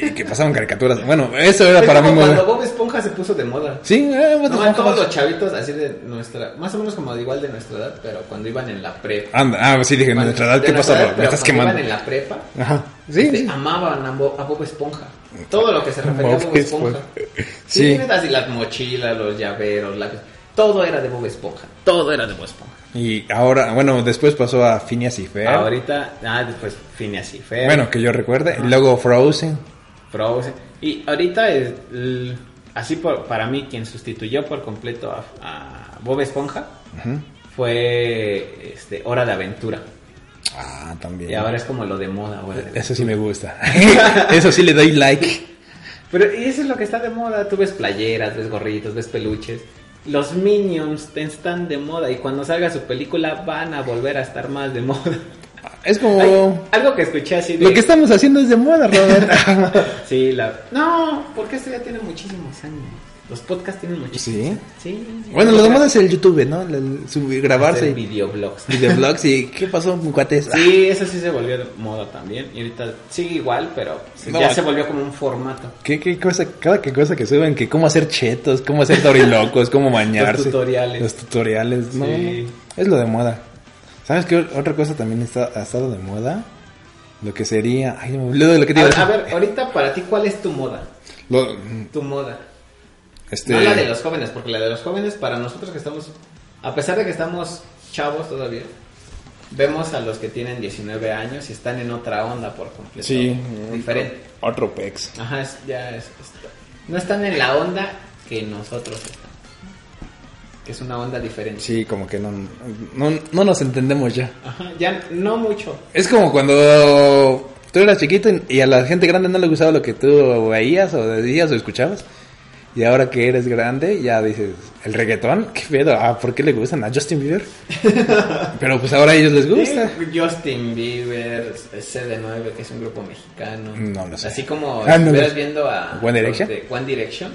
Speaker 3: y que pasaban caricaturas, bueno, eso era
Speaker 4: Es
Speaker 3: para mí
Speaker 4: como
Speaker 3: muy...
Speaker 4: cuando Bob Esponja se puso de moda.
Speaker 3: Sí, eh, what the
Speaker 4: No, a
Speaker 3: fuck,
Speaker 4: todos los
Speaker 3: what-
Speaker 4: chavitos así de nuestra, más o menos como de igual de nuestra edad, pero cuando iban en la prepa.
Speaker 3: Anda, ah, sí, dije, en
Speaker 4: Cuando-
Speaker 3: nuestra edad,
Speaker 4: de
Speaker 3: ¿qué
Speaker 4: nuestra
Speaker 3: pasa?
Speaker 4: edad,
Speaker 3: Me
Speaker 4: pero
Speaker 3: estás
Speaker 4: cuando
Speaker 3: quemando.
Speaker 4: Iban en la prepa,
Speaker 3: Ajá, sí,
Speaker 4: este,
Speaker 3: sí.
Speaker 4: amaban a Bo- a Bob, Esponja. Todo lo que se refería a
Speaker 3: Bob
Speaker 4: Bob Esponja.
Speaker 3: Esponja. Sí.
Speaker 4: Sí. neta, así las mochilas, los llaveros, la- todo era de Bob Esponja. Todo era de Bob Esponja.
Speaker 3: Y ahora, bueno, después pasó a Phineas y Fer.
Speaker 4: Ahorita, ah, después Phineas y Ferb.
Speaker 3: Bueno, que yo recuerde, y luego Frozen.
Speaker 4: Frozen. Y ahorita, es, l- así por- para mí, quien sustituyó por completo a, a Bob Esponja fue este, Hora de Aventura.
Speaker 3: Ah, también.
Speaker 4: Y ahora es como lo de moda. Hora de Aventura.
Speaker 3: Eso sí me gusta. Eso sí le doy like.
Speaker 4: Pero eso es lo que está de moda. Tú ves playeras, ves gorritos, ves peluches. Los Minions te están de moda y cuando salga su película van a volver a estar más de moda.
Speaker 3: Es como...
Speaker 4: Hay algo que escuché así de...
Speaker 3: Oh. Lo que estamos haciendo es de moda, Robert.
Speaker 4: Sí, la... No, porque esto ya tiene muchísimos años. Los podcasts tienen muchísimos
Speaker 3: Sí.
Speaker 4: años. Sí.
Speaker 3: bueno, lo demás es el YouTube, ¿no? El- sub- grabarse
Speaker 4: Hacer
Speaker 3: y
Speaker 4: videoblogs.
Speaker 3: videoblogs y... ¿Qué pasó, mi cuates?
Speaker 4: Sí, eso sí se volvió de moda también. Y ahorita sigue igual, pero se-
Speaker 3: No,
Speaker 4: ya
Speaker 3: aquí-
Speaker 4: se volvió como un formato.
Speaker 3: ¿Qué, qué cosa, cada que cosa que suben, que cómo hacer chetos, cómo hacer dorilocos, cómo bañarse.
Speaker 4: Los tutoriales.
Speaker 3: Los tutoriales, no,
Speaker 4: Sí.
Speaker 3: no, es lo de moda. ¿Sabes qué? Otra cosa también está, ha estado de moda, lo que sería, ay, me olvidé de lo que
Speaker 4: A
Speaker 3: te iba
Speaker 4: ver, a
Speaker 3: decir.
Speaker 4: ver, ahorita para ti, ¿cuál es tu moda?
Speaker 3: Lo-
Speaker 4: Tu moda.
Speaker 3: este,
Speaker 4: No la de los jóvenes, porque la de los jóvenes, para nosotros que estamos, a pesar de que estamos chavos todavía, vemos a los que tienen 19 años y están en otra onda por completo.
Speaker 3: sí,
Speaker 4: Diferente.
Speaker 3: Otro pex.
Speaker 4: Ajá, es- ya es, es- No están en la onda que nosotros estamos. Que es una onda diferente.
Speaker 3: Sí, como que no, no, no nos entendemos ya.
Speaker 4: Ajá, ya no mucho.
Speaker 3: Es como cuando tú eras chiquito y a la gente grande no le gustaba lo que tú veías o decías o escuchabas. Y ahora que eres grande, ya dices, ¿el reggaetón? ¿Qué pedo? Ah, ¿por qué le gustan a Justin Bieber? Pero pues ahora a ellos les gusta.
Speaker 4: Sí, Justin Bieber, CD9, que es un grupo mexicano.
Speaker 3: No lo sé.
Speaker 4: Así como
Speaker 3: Ah, no lo
Speaker 4: estuvieras
Speaker 3: sé.
Speaker 4: viendo a
Speaker 3: One Direction.
Speaker 4: los de One Direction,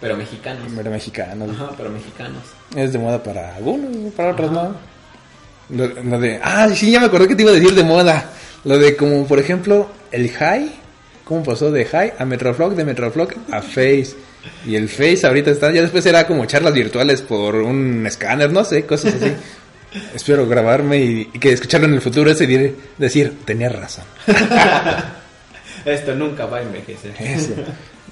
Speaker 4: pero mexicanos.
Speaker 3: Pero mexicano.
Speaker 4: Ajá, pero mexicanos.
Speaker 3: Es de moda para algunos, para otros no. Lo, lo de, ah, sí, ya me acordé que te iba a decir de moda. Lo de como, por ejemplo, el high. ¿Cómo pasó de high a Metroflog, de Metroflog a Face? Y el Face ahorita está, ya después era como charlas virtuales por un escáner, no sé, cosas así. Espero grabarme y, y que escucharlo en el futuro ese y dire- decir, tenía razón.
Speaker 4: Esto nunca va a envejecer.
Speaker 3: Eso.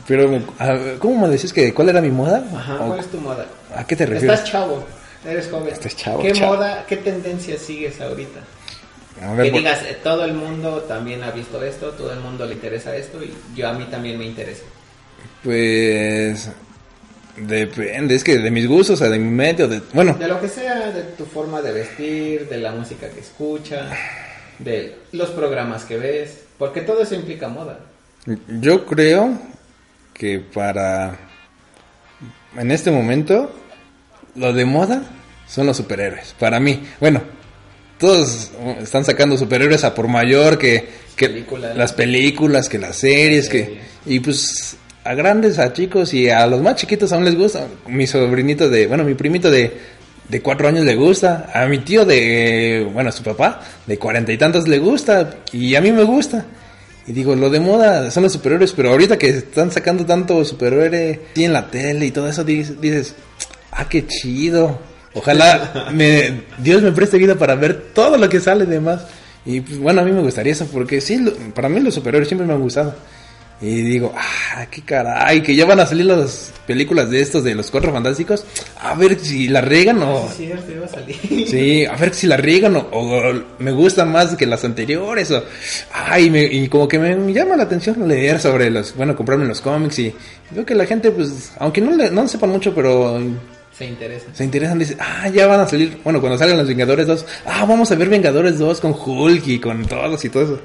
Speaker 3: Pero, a ver, ¿cómo me decís que cuál era mi moda?
Speaker 4: Ajá,
Speaker 3: ¿O
Speaker 4: ¿cuál es tu moda?
Speaker 3: ¿A qué te refieres?
Speaker 4: Estás chavo, eres joven.
Speaker 3: Estás chavo,
Speaker 4: ¿Qué
Speaker 3: chavo.
Speaker 4: moda, qué tendencia sigues ahorita?
Speaker 3: A
Speaker 4: Que
Speaker 3: por-
Speaker 4: digas, eh, todo el mundo también ha visto esto, todo el mundo le interesa esto y yo a mí también me interesa.
Speaker 3: Pues depende, es que de mis gustos, o sea, de mi medio, de bueno,
Speaker 4: De lo que sea, de tu forma de vestir, de la música que escuchas, de los programas que ves, porque todo eso implica moda.
Speaker 3: yo creo que para en este momento lo de moda son los superhéroes. Para mí, bueno, todos están sacando superhéroes a por mayor que, que
Speaker 4: Películas.
Speaker 3: las películas, que las series, que y pues a grandes, a chicos y a los más chiquitos aún les gusta. Mi sobrinito de, bueno, mi primito de, de cuatro años le gusta, a mi tío de, bueno, a su papá de cuarenta y tantos le gusta y a mí me gusta. Y digo, lo de moda son los superhéroes, pero ahorita que están sacando tanto superhéroe sí, en la tele y todo eso, dices, dices, ah, qué chido. Ojalá me, Dios me preste vida para ver todo lo que sale de más. Y pues, bueno, a mí me gustaría eso, porque sí, lo- para mí los superhéroes siempre me han gustado. Y digo, ah, qué caray, que ya van a salir las películas de estos, de los cuatro fantásticos. A ver si la regan o...
Speaker 4: Sí, cierto, iba a salir.
Speaker 3: Oh. Sí, a ver si la riegan o, o me gusta más que las anteriores. O, ay, me- y como que me llama la atención leer sobre los, bueno, comprarme los cómics y veo que la gente, pues, aunque no, le, no sepan mucho, pero
Speaker 4: Se interesa.
Speaker 3: se interesan, dice, ah, ya van a salir, bueno, cuando salgan los Vengadores 2, ah, vamos a ver Vengadores 2 con Hulk y con todos y todo eso.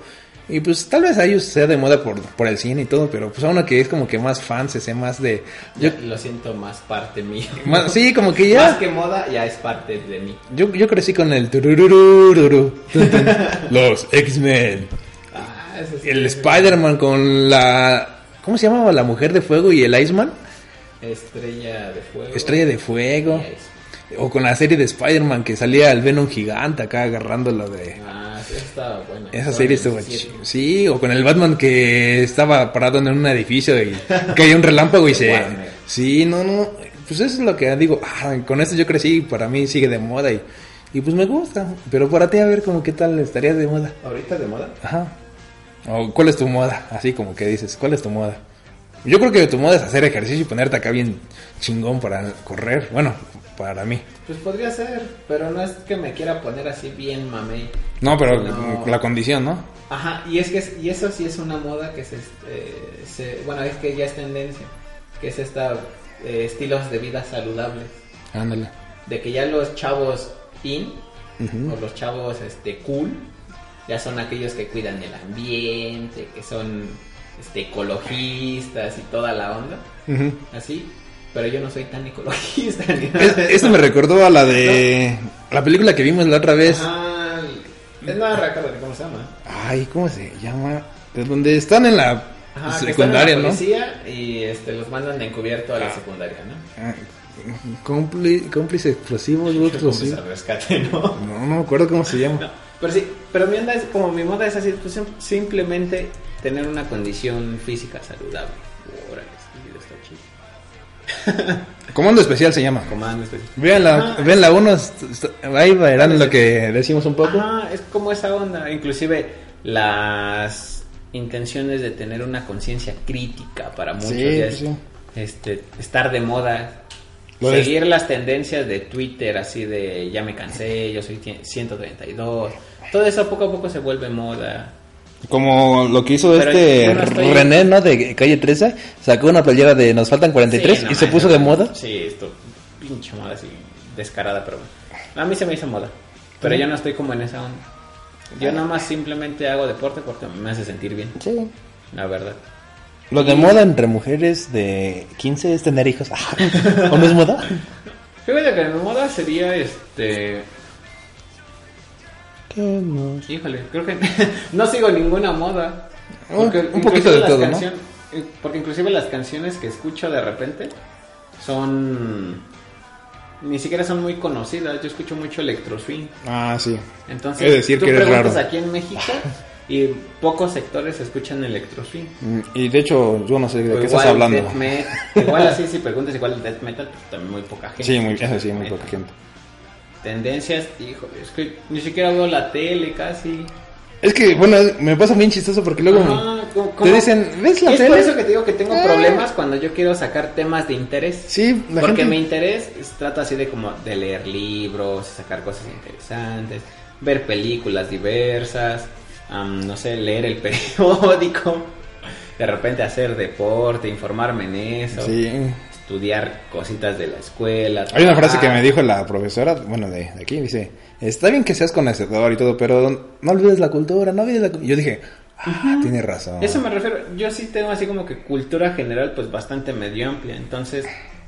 Speaker 3: Y pues tal vez a ellos sea de moda por, por el cine y todo, pero pues a uno que es como que más fan se sea más de... Yo,
Speaker 4: Ya, Lo siento más parte mía.
Speaker 3: más- sí, como que ya...
Speaker 4: Más que moda, ya es parte de mí.
Speaker 3: Yo, yo crecí con el turururururu, tun, tun, los X-Men,
Speaker 4: Ah, eso sí.
Speaker 3: el Spider-Man con la... ¿Cómo se llamaba? La Mujer de Fuego y el Iceman,
Speaker 4: Estrella de fuego.
Speaker 3: Estrella de Fuego, o con la serie de Spider-Man que salía el Venom gigante acá agarrándolo de...
Speaker 4: Ah, sí, estaba buena.
Speaker 3: Esa
Speaker 4: Estaba
Speaker 3: serie estuvo
Speaker 4: 17.
Speaker 3: ch- Sí, o con el Batman que estaba parado en un edificio y caía un relámpago y se...
Speaker 4: Warner.
Speaker 3: Sí, no, no, pues eso es lo que digo, ah, con esto yo crecí, para mí sigue de moda y, y pues me gusta, pero para ti a ver como qué tal estaría de moda.
Speaker 4: ¿Ahorita de moda?
Speaker 3: Ajá. O cuál es tu moda, así como que dices, ¿cuál es tu moda? Yo creo que tu moda es hacer ejercicio y ponerte acá bien chingón para correr. Bueno, para mí.
Speaker 4: Pues podría ser, pero no es que me quiera poner así bien mamey.
Speaker 3: No, pero
Speaker 4: No.
Speaker 3: la condición, ¿no?
Speaker 4: Ajá, y es que es- y eso sí es una moda que se, eh, se- bueno, es que ya es tendencia, que es esta eh, estilos de vida saludables,
Speaker 3: Ándale.
Speaker 4: de que ya los chavos in
Speaker 3: Ujú.
Speaker 4: o los chavos este cool ya son aquellos que cuidan el ambiente, que son este ecologistas y toda la onda,
Speaker 3: Ujú.
Speaker 4: así, pero yo no soy tan ecologista ni nada
Speaker 3: Es-
Speaker 4: de
Speaker 3: esto
Speaker 4: eso.
Speaker 3: me recordó a la de... La película que vimos la otra vez.
Speaker 4: Ajá, es nada recuerdo cómo se llama.
Speaker 3: Ay, ¿cómo se llama? De donde están en la pues,
Speaker 4: Ajá, que están en
Speaker 3: secundaria,
Speaker 4: la
Speaker 3: ¿no?
Speaker 4: policía y este, los mandan de encubierto a la secundaria, ¿no?
Speaker 3: Ah, Cómpli- cómplice explosivo, algo
Speaker 4: Entonces
Speaker 3: explosivo.
Speaker 4: al rescate, ¿no?
Speaker 3: No, no me acuerdo cómo se llama.
Speaker 4: No, Pero sí, pero mi onda es como mi moda es así, pues sim- simplemente tener una condición física saludable. Órale, sí, está chido.
Speaker 3: Comando especial se llama.
Speaker 4: Comando especial.
Speaker 3: Vean la,
Speaker 4: Ajá,
Speaker 3: vean la uno, est- est- ahí verán lo que decimos un poco.
Speaker 4: Ajá, es como esa onda, inclusive las intenciones de tener una conciencia crítica para muchos
Speaker 3: Sí, pues
Speaker 4: ya es,
Speaker 3: sí.
Speaker 4: este estar de moda
Speaker 3: Lo de-
Speaker 4: seguir las tendencias de Twitter así de ya me cansé, yo soy tie- 132. Todo eso poco a poco se vuelve moda.
Speaker 3: Como lo que hizo
Speaker 4: Pero
Speaker 3: este
Speaker 4: yo no estoy-
Speaker 3: René, ¿no? De calle 13, sacó una playera de Nos faltan 43
Speaker 4: Sí, no
Speaker 3: y se
Speaker 4: manches.
Speaker 3: puso de moda.
Speaker 4: Sí, esto pinche moda así descarada, pero bueno. A mí se me hizo moda, pero yo no estoy como en esa onda.
Speaker 3: Ah.
Speaker 4: Yo nada más simplemente hago deporte porque me hace sentir bien,
Speaker 3: Sí.
Speaker 4: la verdad.
Speaker 3: Lo de moda entre mujeres de 15 es tener hijos. ¿O no es moda?
Speaker 4: Fíjate que mi moda sería este. Híjole, creo que no sigo ninguna moda.
Speaker 3: Ah, Un- un poquito
Speaker 4: inclusive
Speaker 3: de
Speaker 4: las
Speaker 3: todo, ¿no?
Speaker 4: cancion- eh, Porque inclusive las canciones que escucho de repente son. Ni siquiera son muy conocidas. Yo escucho mucho electro swing.
Speaker 3: Ah, sí.
Speaker 4: Entonces,
Speaker 3: Es decir,
Speaker 4: tú
Speaker 3: que eres
Speaker 4: preguntas
Speaker 3: raro.
Speaker 4: aquí en México y pocos sectores escuchan electro swing.
Speaker 3: Mm, Y de hecho, yo no sé de
Speaker 4: O
Speaker 3: qué estás
Speaker 4: igual
Speaker 3: hablando.
Speaker 4: death met- igual así, si preguntas igual el death metal, pues, también muy poca gente.
Speaker 3: Sí, muy, eso sí,
Speaker 4: escucha
Speaker 3: muy
Speaker 4: death
Speaker 3: poca gente.
Speaker 4: Tendencias, híjole, es que ni siquiera veo la tele casi.
Speaker 3: Es que, bueno, me pasa bien chistoso porque luego
Speaker 4: Ajá, ¿cómo-
Speaker 3: te
Speaker 4: cómo?
Speaker 3: dicen, ¿ves la
Speaker 4: es
Speaker 3: tele?
Speaker 4: por eso que te digo que tengo
Speaker 3: Eh.
Speaker 4: problemas cuando yo quiero sacar temas de interés.
Speaker 3: Sí, la
Speaker 4: Porque
Speaker 3: gente-
Speaker 4: mi interés es- trata así de como de leer libros, sacar cosas interesantes, ver películas diversas, am, no sé, leer el periódico, de repente hacer deporte, informarme en eso,
Speaker 3: Sí.
Speaker 4: estudiar cositas de la escuela.
Speaker 3: Hay una frase
Speaker 4: trabajar.
Speaker 3: que me dijo la profesora, bueno, de, de aquí, dice, está bien que seas conocedor y todo, pero no olvides la cultura, no olvides la cultura. Yo dije, ah, tienes razón.
Speaker 4: Eso me refiero, yo sí tengo así como que cultura general pues bastante medio amplia, entonces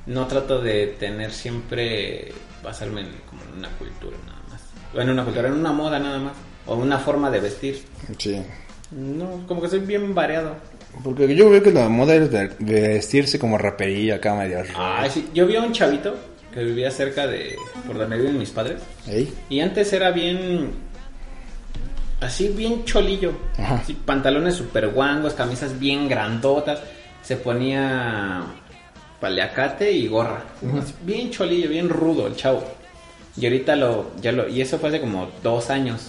Speaker 4: no trato de tener siempre, basarme en como en una cultura nada más, o en una cultura, en una moda nada más, o una forma de vestir,
Speaker 3: Sí.
Speaker 4: no, como que soy bien variado.
Speaker 3: Porque yo veo que la moda es de- de vestirse como raperillo acá medio.
Speaker 4: Ah, sí, yo vi a un chavito que vivía cerca de, por donde viven mis padres,
Speaker 3: ¿Ey?
Speaker 4: y antes era bien, así bien cholillo.
Speaker 3: Ajá.
Speaker 4: Así, pantalones super guangos, camisas bien grandotas. Se ponía paleacate y gorra. Así, Bien cholillo, bien rudo el chavo. Y ahorita lo, ya lo, y eso fue hace como dos años.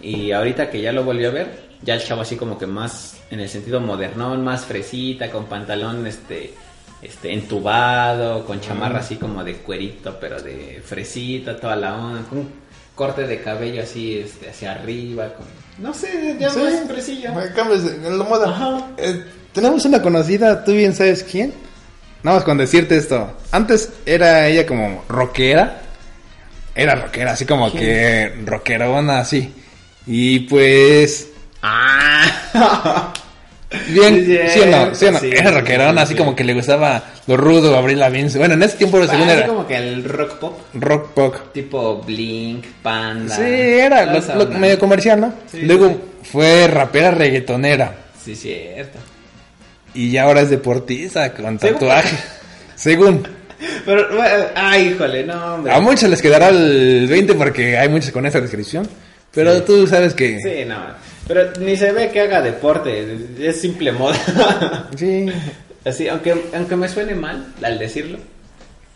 Speaker 4: Y ahorita que ya lo volvió a ver, ya el chavo así como que más en el sentido modernón, más fresita, con pantalón este este entubado, con chamarra así como de cuerito, pero de fresita, toda la onda, con un corte de cabello así este hacia arriba, con no sé, ya más fresilla.
Speaker 3: Cambios de la moda.
Speaker 4: Ajá.
Speaker 3: Eh, tenemos una conocida, tú bien sabes quién. Nada más con decirte esto. Antes era ella como rockera. Era rockera, así como que rockerona, así. Y pues.
Speaker 4: Ah.
Speaker 3: Bien,
Speaker 4: Sí, es
Speaker 3: sí o no, sí Ah, o no.
Speaker 4: cierto,
Speaker 3: era
Speaker 4: sí,
Speaker 3: rockerona,
Speaker 4: sí,
Speaker 3: así
Speaker 4: sí.
Speaker 3: como que le gustaba lo rudo, Abril Lavigne. Bueno, en ese tiempo, según
Speaker 4: así
Speaker 3: era
Speaker 4: como que el rock pop
Speaker 3: rock pop.
Speaker 4: tipo Blink, Panda.
Speaker 3: Sí, era
Speaker 4: toda
Speaker 3: lo-
Speaker 4: esa
Speaker 3: lo-
Speaker 4: onda.
Speaker 3: medio comercial, ¿no?
Speaker 4: Sí,
Speaker 3: Luego
Speaker 4: sí.
Speaker 3: fue rapera reggaetonera.
Speaker 4: Sí, cierto.
Speaker 3: Y ya ahora es deportista con
Speaker 4: Según-
Speaker 3: tatuaje. Según.
Speaker 4: Pero bueno, ay, híjole, no, hombre.
Speaker 3: A muchos les quedará el 20 porque hay muchos con esa descripción. Pero tú sabes que.
Speaker 4: Sí, no. Pero ni se ve que haga deporte, es simple moda.
Speaker 3: Sí.
Speaker 4: Así, aunque, aunque me suene mal al decirlo,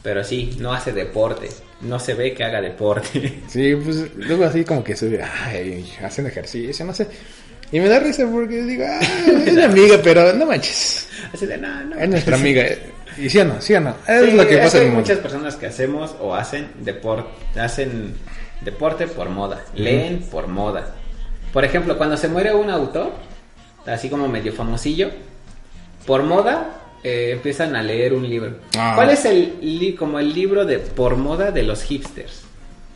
Speaker 4: pero sí, no hace deporte. No se ve que haga deporte.
Speaker 3: Sí, pues luego así como que se ve, ay, hacen ejercicio, no sé. Y me da risa porque digo, ay, es mi amiga, pero no manches.
Speaker 4: Así de, no, no.
Speaker 3: Es nuestra amiga. eh. Y sí o no, sí o no. Es
Speaker 4: Sí,
Speaker 3: lo que pasa
Speaker 4: hay
Speaker 3: en el mundo.
Speaker 4: muchas personas que hacemos o hacen deporte, hacen deporte por moda, leen por moda. Por ejemplo, cuando se muere un autor, así como medio famosillo, por moda eh, empiezan a leer un libro.
Speaker 3: Ah.
Speaker 4: ¿Cuál es el li- como el libro de por moda de los hipsters?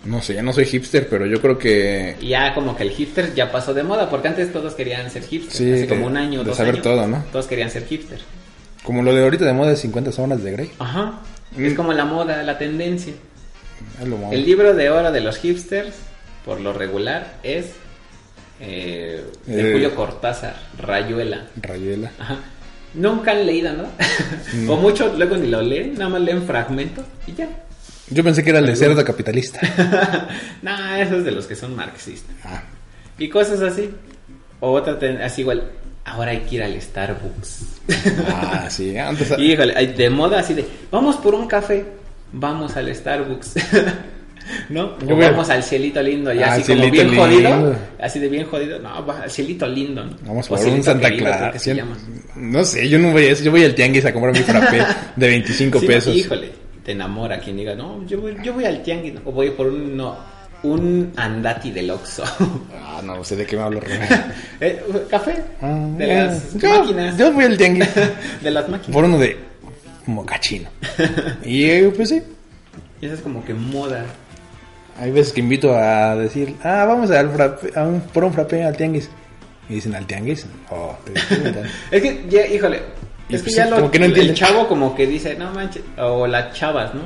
Speaker 3: No sé, yo no soy hipster, pero yo creo que.
Speaker 4: Y ya como que el hipster ya pasó de moda, porque antes todos querían ser hipster.
Speaker 3: Sí,
Speaker 4: hace como
Speaker 3: de-
Speaker 4: un año,
Speaker 3: de
Speaker 4: dos
Speaker 3: saber
Speaker 4: años,
Speaker 3: todo, ¿no?
Speaker 4: Todos querían ser hipster.
Speaker 3: Como lo de ahorita de moda de 50 sombras de Grey.
Speaker 4: Ajá.
Speaker 3: Mm.
Speaker 4: Es como la moda, la tendencia.
Speaker 3: Es lo moda.
Speaker 4: El libro de oro de los hipsters, por lo regular, es eh, de
Speaker 3: Eh.
Speaker 4: Julio Cortázar, Rayuela.
Speaker 3: Rayuela.
Speaker 4: Ajá. Nunca han leído, ¿no?
Speaker 3: No.
Speaker 4: O muchos luego ni lo leen, nada más leen fragmentos y ya.
Speaker 3: Yo pensé que era el de cerdo capitalista.
Speaker 4: Nah, esos de los que son marxistas.
Speaker 3: Ah,
Speaker 4: Y cosas así. O otra, ten- así igual, ahora hay que ir al Starbucks.
Speaker 3: ah, sí, antes.
Speaker 4: Híjole, ay, de moda así de, vamos por un café, vamos al Starbucks. ¿No?
Speaker 3: Yo
Speaker 4: O
Speaker 3: voy a-
Speaker 4: vamos al cielito lindo y
Speaker 3: Ah,
Speaker 4: así como
Speaker 3: Cielito
Speaker 4: bien jodido.
Speaker 3: Lindo.
Speaker 4: Así de bien jodido. No, va al cielito lindo. ¿no?
Speaker 3: Vamos
Speaker 4: O
Speaker 3: por un
Speaker 4: Cielito
Speaker 3: Santa
Speaker 4: Querido, creo que
Speaker 3: Clara.
Speaker 4: se llama.
Speaker 3: No sé, yo no voy a eso. Yo voy al tianguis a comprar mi frappé de 25
Speaker 4: Sí,
Speaker 3: pesos.
Speaker 4: Híjole, te enamora quien diga, no, yo voy, yo voy al tianguis. ¿no? O voy por un, no, un andati del Oxxo.
Speaker 3: Ah, no sé de qué me hablo. Rubén.
Speaker 4: Eh, café.
Speaker 3: Ah,
Speaker 4: de
Speaker 3: ya.
Speaker 4: las
Speaker 3: yo,
Speaker 4: máquinas.
Speaker 3: yo voy al tianguis
Speaker 4: de las máquinas.
Speaker 3: por uno de mocachino. Y eh, pues sí,
Speaker 4: Y eso es como que moda.
Speaker 3: hay veces que invito a decir, ah, vamos al frappé- a un- por un frappé al tianguis. Y dicen, ¿al tianguis? Oh, te discriminan.
Speaker 4: Es que, ya, híjole,
Speaker 3: Y
Speaker 4: es que
Speaker 3: pues
Speaker 4: ya
Speaker 3: sí,
Speaker 4: lo,
Speaker 3: como que no
Speaker 4: el
Speaker 3: entienden.
Speaker 4: chavo como que dice, no manches, o las chavas, ¿no?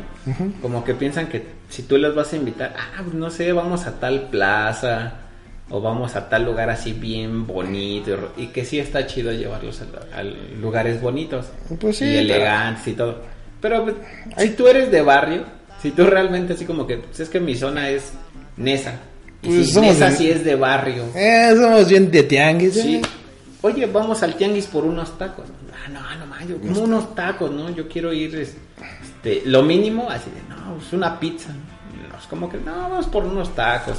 Speaker 4: Como que piensan que si tú los vas a invitar, ah, pues, no sé, vamos a tal plaza, o vamos a tal lugar así bien bonito, y ro- y que sí está chido llevarlos a, a lugares bonitos,
Speaker 3: Pues sí,
Speaker 4: y
Speaker 3: pero-
Speaker 4: elegantes y todo. Pero pues, si tú eres de barrio, si tú realmente así como que, pues es que mi zona es Nesa, y
Speaker 3: Pues
Speaker 4: si
Speaker 3: somos
Speaker 4: Nesa
Speaker 3: de-
Speaker 4: sí es de barrio.
Speaker 3: Eh, somos bien de tianguis.
Speaker 4: Sí.
Speaker 3: eh.
Speaker 4: Oye, vamos al tianguis por unos tacos. Ah, no, no, ma, yo como unos tacos, ¿no? Yo quiero ir, es- este, lo mínimo, así de, no, es una pizza. No, es como que, no, vamos por unos tacos.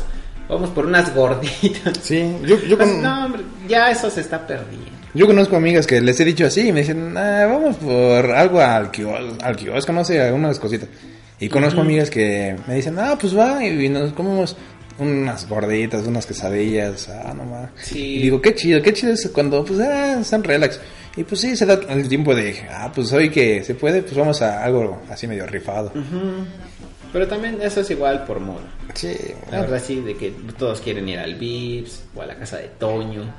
Speaker 4: Vamos por unas gorditas.
Speaker 3: Sí, yo, yo
Speaker 4: Pues,
Speaker 3: con-
Speaker 4: no, hombre, ya eso se está perdiendo.
Speaker 3: Yo conozco amigas que les he dicho así y me dicen, "Ah, vamos por algo al kiosco, al kiosco, no sé, algunas cositas. Y conozco amigas que me dicen, ah, pues va, y nos comemos unas gorditas, unas quesadillas, ah, no más.
Speaker 4: Sí.
Speaker 3: Y digo, qué chido, qué chido es cuando, pues, ah, están relax. Y pues sí, se da el tiempo de, ah, pues hoy que se puede, pues vamos a algo así medio rifado.
Speaker 4: Pero también eso es igual por moda.
Speaker 3: Sí,
Speaker 4: ¿no? O sea, así de que todos quieren ir al Vips o a la casa de Toño.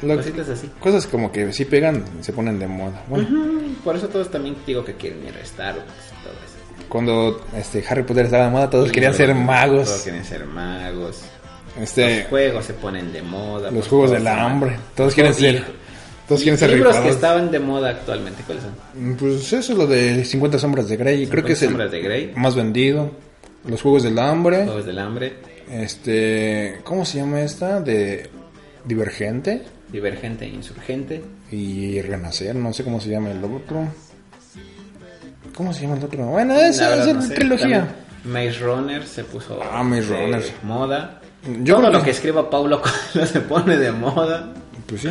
Speaker 3: lo-
Speaker 4: Cositas así.
Speaker 3: Cosas como que sí pegan, se ponen de moda. Bueno,
Speaker 4: Mm, Por eso todos también digo que quieren ir a Starbucks y todo eso.
Speaker 3: cuando este Harry Potter estaba de moda, todos querían ser magos.
Speaker 4: Todos querían ser magos.
Speaker 3: Este,
Speaker 4: Los juegos se ponen de moda.
Speaker 3: Los
Speaker 4: pues,
Speaker 3: juegos
Speaker 4: todos
Speaker 3: del
Speaker 4: se van.
Speaker 3: hambre. Todos quieren ser. Todos quieren ser
Speaker 4: libros que
Speaker 3: rifados.
Speaker 4: estaban de moda actualmente, ¿cuáles son?
Speaker 3: Mm, Pues eso es lo de 50 sombras de Grey. Creo que es el
Speaker 4: Sombras de Grey,
Speaker 3: más vendido. Los juegos del hambre.
Speaker 4: Juegos del Hambre,
Speaker 3: Este. ¿Cómo se llama esta? De. Divergente
Speaker 4: Divergente, e insurgente.
Speaker 3: y Renacer, no sé cómo se llama el otro. ¿Cómo se llama el otro? Bueno, esa
Speaker 4: La verdad,
Speaker 3: esa es
Speaker 4: no
Speaker 3: la
Speaker 4: sé.
Speaker 3: trilogía.
Speaker 4: También Maze Runner se puso
Speaker 3: Ah, Maze
Speaker 4: de
Speaker 3: Runner.
Speaker 4: moda.
Speaker 3: Yo
Speaker 4: Todo
Speaker 3: creo
Speaker 4: lo que escriba Paulo Coelho se pone de moda.
Speaker 3: Pues sí.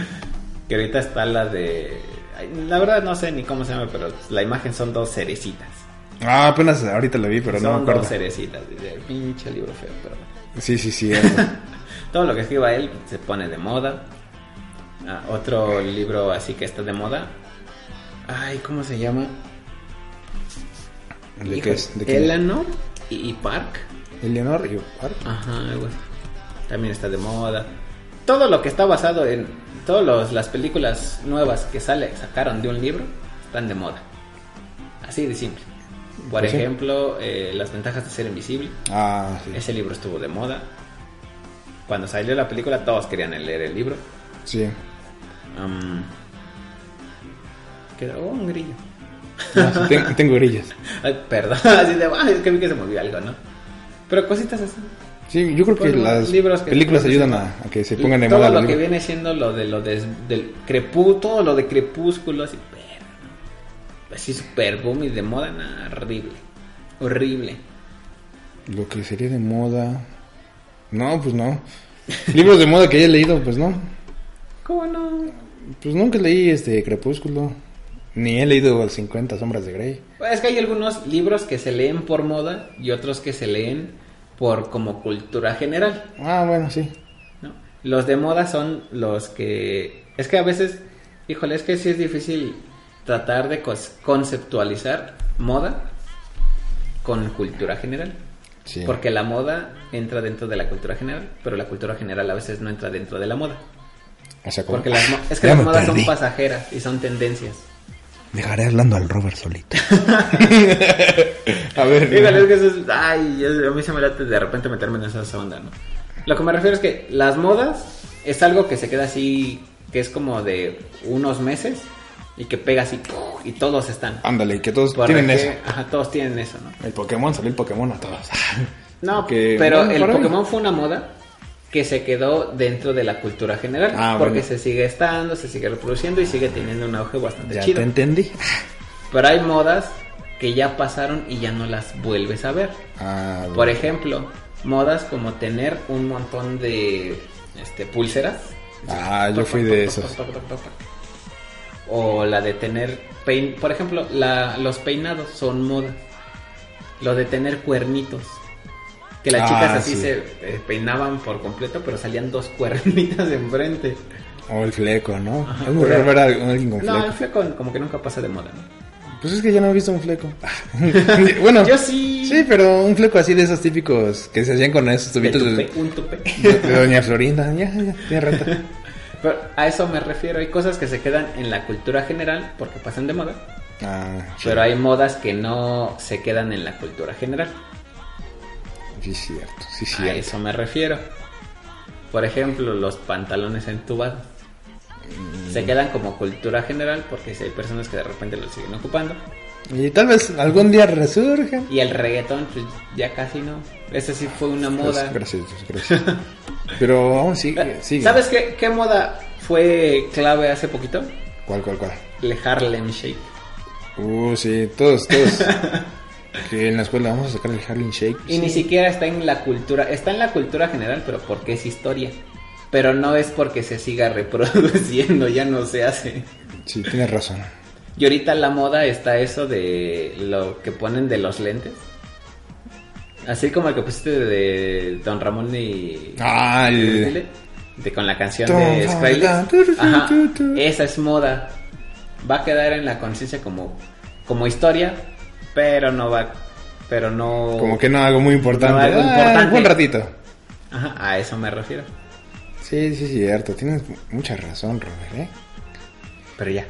Speaker 4: Que ahorita está la de. ay, La verdad no sé ni cómo se llama, pero la imagen son dos cerecitas.
Speaker 3: Ah, apenas ahorita la vi, pero no
Speaker 4: son
Speaker 3: me acuerdo.
Speaker 4: dos cerecitas. dice, Pinche libro feo, pero bueno.
Speaker 3: Sí, sí, sí. era.
Speaker 4: Todo lo que escriba él se pone de moda. Ah, otro libro así que está de moda. Ay, ¿cómo se llama?
Speaker 3: ¿De qué es? ¿De qué?
Speaker 4: Eleanor y y Park.
Speaker 3: Eleanor y Park.
Speaker 4: Ajá, algo así. También está de moda. Todo lo que está basado en todas las películas nuevas que sale, sacaron de un libro, están de moda. Así de simple. Por
Speaker 3: Pues sí.
Speaker 4: ejemplo, eh, Las ventajas de ser invisible.
Speaker 3: Ah, sí.
Speaker 4: Ese libro estuvo de moda. Cuando salió la película, todos querían leer el libro.
Speaker 3: Sí.
Speaker 4: Am, quedó oh, un grillo.
Speaker 3: Ah, sí, ten- tengo orillas.
Speaker 4: Ay, perdón. Así de, "Ah, es que vi que se movió algo, ¿no? Pero cositas así.
Speaker 3: Sí, yo creo que
Speaker 4: Por los
Speaker 3: las
Speaker 4: libros que-
Speaker 3: películas ayudan a, a que se
Speaker 4: Y
Speaker 3: pongan de
Speaker 4: todo
Speaker 3: moda
Speaker 4: lo
Speaker 3: los
Speaker 4: que
Speaker 3: libros.
Speaker 4: viene siendo lo de lo des- del crepú, todo lo de crepúsculo así, pero, así super boom y de moda, nah, horrible, horrible.
Speaker 3: Lo que sería de moda. No, pues no. Libros de moda que haya leído, pues no.
Speaker 4: ¿Cómo no?
Speaker 3: Pues nunca leí este Crepúsculo. Ni he leído 50 Sombras de Grey.
Speaker 4: Es que hay algunos libros que se leen por moda y otros que se leen por como cultura general.
Speaker 3: Ah, bueno, sí.
Speaker 4: ¿no? Los de moda son los que... Es que a veces, híjole, es que sí es difícil tratar de cos- conceptualizar moda con cultura general.
Speaker 3: Sí.
Speaker 4: Porque la moda entra dentro de la cultura general, pero la cultura general a veces no entra dentro de la moda.
Speaker 3: O sea, como-
Speaker 4: Porque las mo- es que
Speaker 3: Oh. Ya
Speaker 4: las
Speaker 3: me
Speaker 4: modas
Speaker 3: perdí.
Speaker 4: son pasajeras y son tendencias.
Speaker 3: Dejaré hablando al Robert solito. a ver.
Speaker 4: Híjole, es que eso es- ay, yo- a mí se me late de repente meterme en esa onda, ¿no? Lo que me refiero es que las modas es algo que se queda así, que es como de unos meses y que pega así ¡puf! y todos están.
Speaker 3: Ándale, que todos
Speaker 4: Por
Speaker 3: Ah, tienen
Speaker 4: que-
Speaker 3: eso.
Speaker 4: Ajá, todos tienen eso, ¿no?
Speaker 3: El Pokémon, salió el Pokémon a todos.
Speaker 4: No,
Speaker 3: Que-
Speaker 4: pero
Speaker 3: bueno,
Speaker 4: el
Speaker 3: para mí.
Speaker 4: Pokémon fue una moda que se quedó dentro de la cultura general.
Speaker 3: Ah,
Speaker 4: porque
Speaker 3: bueno.
Speaker 4: se sigue estando, se sigue reproduciendo y sigue teniendo un auge bastante
Speaker 3: Ya
Speaker 4: chido.
Speaker 3: te entendí.
Speaker 4: Pero hay modas que ya pasaron y ya no las vuelves a ver.
Speaker 3: Ah,
Speaker 4: Por ejemplo, modas como tener un montón de este, pulseras.
Speaker 3: Ah, yo fui de
Speaker 4: Toc, toc,
Speaker 3: esos.
Speaker 4: toc, toc, toc, toc. O la de tener pein... Por ejemplo, la- los peinados son moda. Lo de tener cuernitos. Que las
Speaker 3: Ah,
Speaker 4: chicas así
Speaker 3: sí.
Speaker 4: se eh, peinaban por completo, pero salían dos cuernitas de enfrente.
Speaker 3: O el fleco, ¿no?
Speaker 4: Ajá,
Speaker 3: es muy
Speaker 4: pero-
Speaker 3: raro ver a alguien con
Speaker 4: No,
Speaker 3: fleco.
Speaker 4: el fleco como que nunca pasa de moda, ¿no?
Speaker 3: Pues es que yo no he visto un fleco. bueno,
Speaker 4: Yo sí.
Speaker 3: sí, pero un fleco así de esos típicos que se hacían con esos
Speaker 4: De
Speaker 3: tubitos de,
Speaker 4: tupé, un tupé.
Speaker 3: de Doña Florinda. Ya, ya, tiene renta.
Speaker 4: Pero a eso me refiero, hay cosas que se quedan en la cultura general porque pasan de moda,
Speaker 3: Ah, sí,
Speaker 4: pero hay modas que no se quedan en la cultura general.
Speaker 3: sí, cierto, sí,
Speaker 4: A
Speaker 3: cierto.
Speaker 4: eso me refiero. Por ejemplo, los pantalones entubados.
Speaker 3: Mm.
Speaker 4: Se quedan como cultura general porque si hay personas que de repente los siguen ocupando.
Speaker 3: Y tal vez algún día resurja.
Speaker 4: Y el reggaetón, pues ya casi no. Ese sí fue una moda.
Speaker 3: Pues, gracias, gracias. Pero aún sí, sí.
Speaker 4: ¿Sabes qué, qué moda fue clave hace poquito?
Speaker 3: ¿Cuál, cuál, cuál?
Speaker 4: El Harlem Shake.
Speaker 3: Uh, sí, todos, todos. que en la escuela vamos a sacar el Harlem Shake.
Speaker 4: Y ni siquiera está en la cultura, está en la cultura general, pero porque es historia. Pero no es porque se siga reproduciendo, ya no se hace.
Speaker 3: Sí, tienes razón.
Speaker 4: Y ahorita la moda está eso de lo que ponen de los lentes. Así como el que pusiste de Don Ramón y...
Speaker 3: Ah, el-
Speaker 4: De, con la canción
Speaker 3: Don
Speaker 4: de
Speaker 3: Ramón.
Speaker 4: Skrillex. Ajá, esa es moda. Va a quedar en la conciencia como, como historia, pero no va... Pero no...
Speaker 3: Como que no, algo muy importante.
Speaker 4: No, algo
Speaker 3: Ah,
Speaker 4: importante.
Speaker 3: Un ratito.
Speaker 4: Ajá, a eso me refiero.
Speaker 3: Sí, sí, cierto. Tienes mucha razón, Robert, ¿eh?
Speaker 4: Pero ya.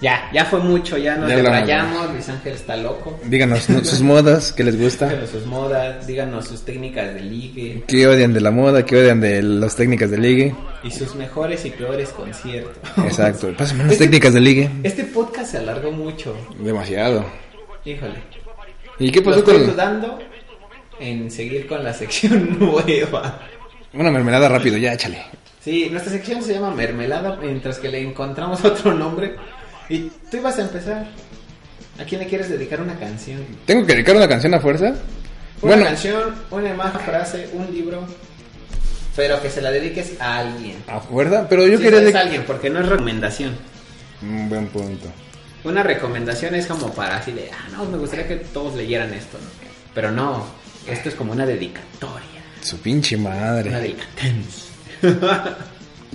Speaker 4: Ya, ya fue mucho, ya nos
Speaker 3: Ya hablamos.
Speaker 4: debrayamos, Luis Ángel está loco.
Speaker 3: Díganos ¿no? sus modas, qué les gusta,
Speaker 4: Díganos sus modas, díganos sus técnicas de ligue
Speaker 3: qué odian de la moda, qué odian de las técnicas de ligue.
Speaker 4: y sus mejores y peores conciertos.
Speaker 3: Exacto, pásame las técnicas de ligue.
Speaker 4: Este podcast se alargó mucho.
Speaker 3: Demasiado.
Speaker 4: Híjole.
Speaker 3: ¿Y qué
Speaker 4: Lo
Speaker 3: pasó
Speaker 4: estoy
Speaker 3: con...?
Speaker 4: sudando. en seguir con la sección nueva.
Speaker 3: Una mermelada rápido, ya échale.
Speaker 4: Sí, nuestra sección se llama mermelada, mientras que le encontramos otro nombre. Y tú ibas a empezar. ¿A quién le quieres dedicar una canción?
Speaker 3: ¿Tengo que dedicar una canción a fuerza?
Speaker 4: Una
Speaker 3: Bueno,
Speaker 4: canción, una imagen, frase, un libro, pero que se la dediques a alguien.
Speaker 3: a fuerza, pero yo
Speaker 4: Sí,
Speaker 3: quería...
Speaker 4: no es
Speaker 3: de-
Speaker 4: alguien, porque no es recomendación.
Speaker 3: Un buen punto.
Speaker 4: Una recomendación es como para así de, ah, no, me gustaría que todos leyeran esto, ¿no? Pero no, esto es como una dedicatoria.
Speaker 3: Su pinche
Speaker 4: Una
Speaker 3: madre.
Speaker 4: dedicatoria.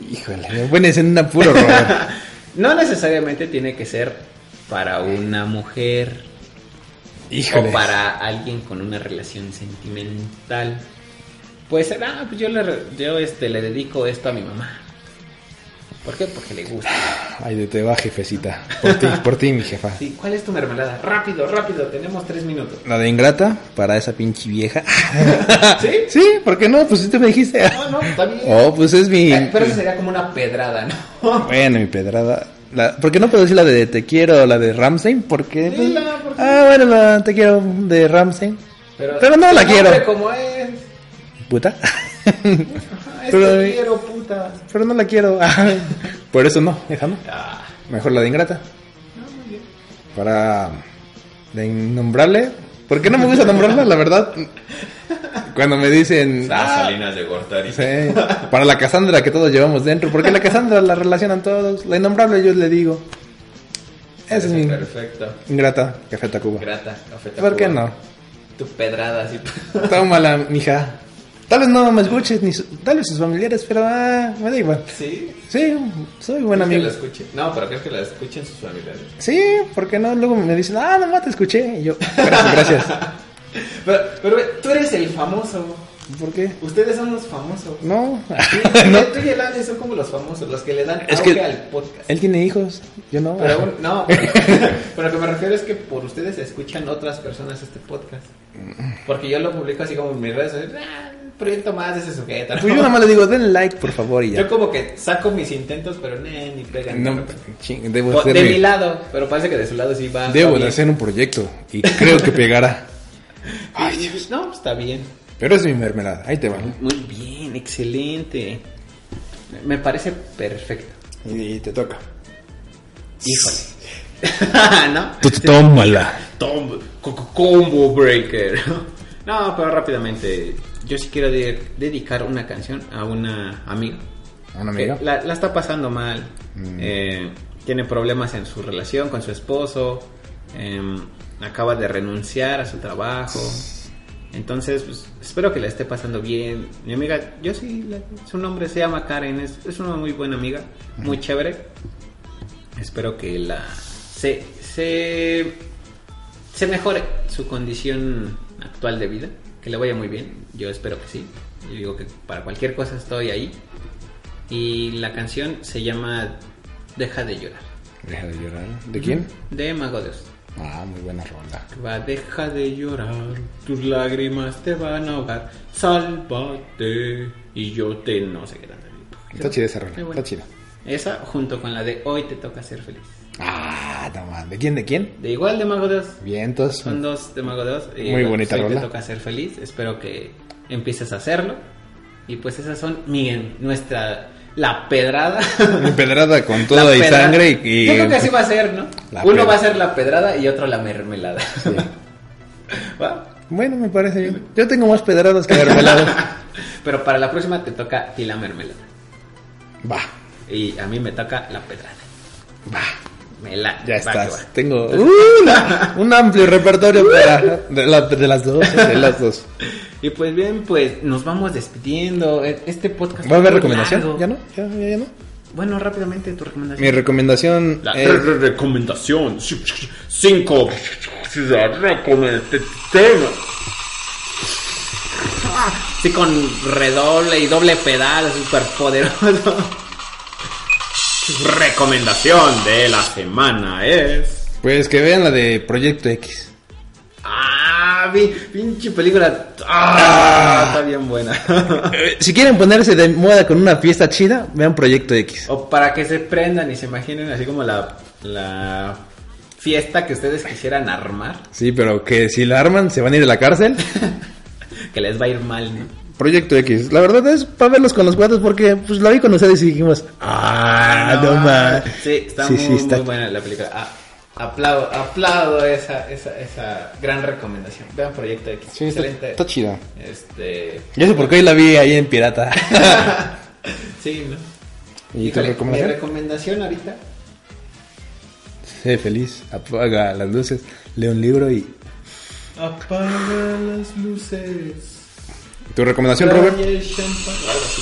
Speaker 3: Híjole, me pones en un apuro, Robert.
Speaker 4: No necesariamente tiene que ser para una mujer
Speaker 3: Híjole.
Speaker 4: o para alguien con una relación sentimental. Puede ser, ah, pues yo le, re- yo, este, le dedico esto a mi mamá. ¿Por qué? Porque le gusta.
Speaker 3: Ay, de te va, jefecita. Por ti, por ti, mi jefa.
Speaker 4: Sí, ¿Cuál es tu mermelada? Rápido, rápido, tenemos tres minutos.
Speaker 3: La de ingrata para esa pinche vieja.
Speaker 4: ¿Sí?
Speaker 3: Sí, ¿por qué no? Pues sí te me dijiste.
Speaker 4: "Ah, No, no, está bien.
Speaker 3: Oh, pues es mi...
Speaker 4: Eh, Pero eso sería como una pedrada, ¿no?
Speaker 3: Bueno, mi pedrada. La, ¿Por qué no puedo decir la de Te Quiero o la de Ramsey? Porque.
Speaker 4: Dila, ¿por qué?
Speaker 3: Ah, bueno, la Te Quiero de Ramsey. Pero, no la
Speaker 4: Hombre,
Speaker 3: quiero.
Speaker 4: como es.
Speaker 3: Puta.
Speaker 4: Ah, es
Speaker 3: Pero-
Speaker 4: que quiero, puta.
Speaker 3: Pero no la quiero. Ah, Por eso no, déjame.
Speaker 4: Ah,
Speaker 3: Mejor la de Ingrata. Para. De nombrarle. ¿Por qué no me gusta nombrarla, la verdad? Cuando me dicen.
Speaker 2: Ah,
Speaker 3: "Ah,
Speaker 2: Salinas de Gortari.
Speaker 3: Sí, para la Cassandra que todos llevamos dentro. Porque la Cassandra la relacionan todos. La innombrable yo le digo. Esa es mi
Speaker 4: Perfecto.
Speaker 3: ingrata, Café Tacuba.
Speaker 4: Grata, Café
Speaker 3: ¿Por qué
Speaker 4: Tacuba.
Speaker 3: no?
Speaker 4: Tu pedrada, así.
Speaker 3: Tómala, mija. Tal vez no me escuches, ni su- tal vez sus familiares, pero ah, me da igual.
Speaker 4: ¿Sí?
Speaker 3: Sí, soy buen
Speaker 4: ¿Crees que
Speaker 3: amigo.
Speaker 4: la escuche? No, pero creo que la escuchen sus familiares.
Speaker 3: Sí, ¿por qué no? Luego me dicen, ah, nomás te escuché. Y yo, gracias, gracias.
Speaker 4: Pero, pero ve, tú eres el famoso.
Speaker 3: ¿Por qué?
Speaker 4: Ustedes son los famosos.
Speaker 3: No.
Speaker 4: Sí,
Speaker 3: No.
Speaker 4: Tú y el Andy son como los famosos, los que le dan
Speaker 3: Es
Speaker 4: auge
Speaker 3: que-
Speaker 4: al podcast.
Speaker 3: Él tiene hijos, yo no.
Speaker 4: Pero aún- no, pero, pero lo que me refiero es que por ustedes escuchan otras personas este podcast. Porque yo lo publico así como en mis redes sociales. Ah, proyecto más de ese sujeto. ¿no?
Speaker 3: Pues yo nada más le digo, den like, por favor, y
Speaker 4: Yo
Speaker 3: ya.
Speaker 4: como que saco mis intentos, pero ne, ni pegan.
Speaker 3: No, pues, ching, debo
Speaker 4: Po-
Speaker 3: hacer
Speaker 4: Pues, de
Speaker 3: mi-
Speaker 4: mi lado, pero parece que de su lado sí va.
Speaker 3: Debo
Speaker 4: va
Speaker 3: de
Speaker 4: bien.
Speaker 3: hacer un proyecto y creo que pegará.
Speaker 4: No, pues, está bien.
Speaker 3: Pero es mi mermelada, ahí te va.
Speaker 4: Muy bien, excelente. Me parece perfecto.
Speaker 3: Y te toca.
Speaker 4: Híjole. ¿No?
Speaker 3: Tómala.
Speaker 4: Tom- co- co- combo breaker. No, pero rápidamente. Yo sí quiero de- dedicar una canción a una amiga.
Speaker 3: ¿Un amigo?
Speaker 4: que La, la está pasando mal. Eh, tiene problemas en su relación con su esposo. eh, acaba de renunciar a su trabajo. Entonces, pues, espero que la esté pasando bien. Mi amiga, yo sí, la- su nombre se llama Karen. Es, es una muy buena amiga, muy chévere. Espero que la se, se, se mejore su condición actual de vida. Que le vaya muy bien. Yo espero que sí. Yo digo que para cualquier cosa estoy ahí. Y la canción se llama Deja de llorar.
Speaker 3: Deja de llorar. ¿De quién?
Speaker 4: De Mago Dios.
Speaker 3: Ah, muy buena ronda.
Speaker 4: Va, deja de llorar, tus lágrimas te van a ahogar. Sálvate y yo te no sé qué tanto.
Speaker 3: Está chida esa rola,
Speaker 4: Qué bueno.
Speaker 3: está chida.
Speaker 4: Esa junto con la de Hoy te toca ser feliz.
Speaker 3: Ah, no más. ¿De quién? ¿De quién?
Speaker 4: De igual de Mago Dios.
Speaker 3: Vientos.
Speaker 4: Son dos de Mago Dios. y
Speaker 3: Muy
Speaker 4: bueno,
Speaker 3: bonita
Speaker 4: Hoy
Speaker 3: rola.
Speaker 4: te toca ser feliz. Espero que empieces a hacerlo. Y pues esas son mi, nuestra la pedrada.
Speaker 3: Pedrada con todo y
Speaker 4: pedra-
Speaker 3: sangre y- y.
Speaker 4: Yo creo que así va a ser, ¿no?
Speaker 3: La
Speaker 4: Uno
Speaker 3: pedra-
Speaker 4: va a ser la pedrada y otro la mermelada. ¿Va?
Speaker 3: Bueno, me parece bien. Yo tengo más pedradas que mermeladas.
Speaker 4: Pero para la próxima te toca a ti la mermelada.
Speaker 3: va,
Speaker 4: Y a mí me toca la pedrada.
Speaker 3: va.
Speaker 4: Me la,
Speaker 3: Ya
Speaker 4: va que
Speaker 3: estás.
Speaker 4: va.
Speaker 3: Tengo uh, la- un amplio repertorio para, de, la- de las dos. De las dos.
Speaker 4: Y pues bien, pues nos vamos despidiendo. E- Este podcast.
Speaker 3: ¿Va a
Speaker 4: es
Speaker 3: haber
Speaker 4: muy
Speaker 3: recomendación?
Speaker 4: largo.
Speaker 3: ¿Ya no? ¿Ya, ya, ya no?
Speaker 4: Bueno, rápidamente tu recomendación.
Speaker 3: Mi eh. recomendación
Speaker 2: La
Speaker 3: es.
Speaker 2: re- recomendación. Cinco. La recomendación.
Speaker 4: Sí, con redoble y doble pedal, súper poderoso.
Speaker 2: Recomendación de la semana es.
Speaker 3: Pues que vean la de Proyecto X.
Speaker 4: Ah, vi- pinche película. Ah, está bien buena.
Speaker 3: Eh, Si quieren ponerse de moda con una fiesta chida, vean Proyecto X.
Speaker 4: O para que se prendan y se imaginen así como la, la fiesta que ustedes quisieran armar.
Speaker 3: Sí, pero que si la arman, se van a ir a la cárcel.
Speaker 4: que les va a ir mal, ¿no?
Speaker 3: Proyecto X. La verdad es para verlos con los cuates porque pues la vi con ustedes y dijimos, ah, no, más.
Speaker 4: Sí, está, muy, muy buena la película. Ah, aplaudo, aplaudo esa, esa, esa gran recomendación. Vean Proyecto X.
Speaker 3: Sí, está,
Speaker 4: excelente.
Speaker 3: está chida.
Speaker 4: Este.
Speaker 3: Y eso porque hoy la vi ahí en Pirata.
Speaker 4: Sí, ¿no?
Speaker 3: ¿Y tu
Speaker 4: Híjole, mi
Speaker 3: recomendación?
Speaker 4: recomendación ahorita.
Speaker 3: Sé feliz, apaga las luces, lee un libro y...
Speaker 4: Apaga las luces.
Speaker 3: ¿Tu recomendación, Robert?
Speaker 4: Trae el champán. Algo así.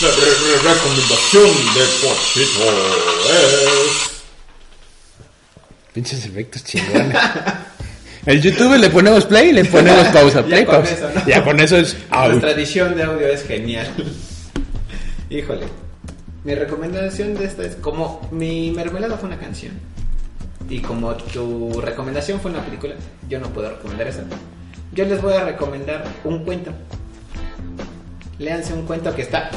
Speaker 2: La re- re- recomendación de Ponchito es...
Speaker 3: Pinches efectos chingones. El YouTube le ponemos play y le ponemos pausa. Play,
Speaker 4: con
Speaker 3: pausa.
Speaker 4: eso, ¿no?
Speaker 3: Ya con eso es out.
Speaker 4: Nuestra edición de audio es genial. Híjole. Mi recomendación de esta es como mi mermelada fue una canción y como tu recomendación fue una película, yo no puedo recomendar esa. Yo les voy a recomendar un cuento. Léanse un cuento que está...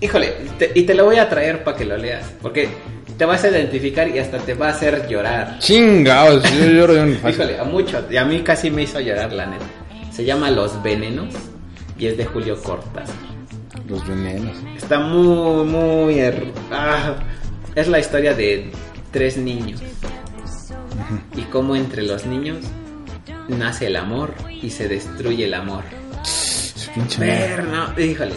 Speaker 4: Híjole, te- y te lo voy a traer para que lo leas, porque te vas a identificar y hasta te va a hacer llorar.
Speaker 3: Chingados, yo lloro de un fácil.
Speaker 4: Híjole, a muchos. Y a mí casi me hizo llorar, la neta. Se llama Los Venenos y es de Julio Cortázar.
Speaker 3: Los venenos.
Speaker 4: Está muy, muy... her- ah, es la historia de tres niños. Y cómo entre los niños nace el amor y se destruye el amor.
Speaker 3: Su pinche madre.
Speaker 4: Ver, no, híjole.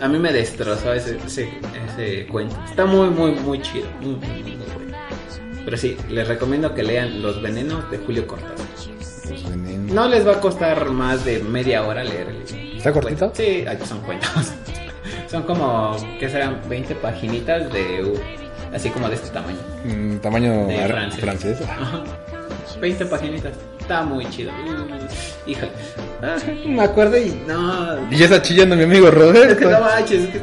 Speaker 4: A mí me destrozó ese, ese, ese cuento. Está muy, muy, muy chido. Muy, muy, muy bueno. Pero sí, les recomiendo que lean Los Venenos de Julio Cortázar.
Speaker 3: Los venenos.
Speaker 4: No les va a costar más de media hora leer el libro.
Speaker 3: ¿Está cortito?
Speaker 4: Sí, ay, son cuentos. Son como, ¿qué serán? 20 paginitas de... u- Así como de este tamaño.
Speaker 3: Mm, tamaño
Speaker 4: De
Speaker 3: ar-
Speaker 4: francés.
Speaker 3: francés.
Speaker 4: Ajá. 20 paginitas. Está muy chido. Mm, Híjole. Ah, Me acuerdo y... No,
Speaker 3: Y ya está chillando mi amigo
Speaker 4: es que no
Speaker 3: Roberto.
Speaker 4: manches. es que-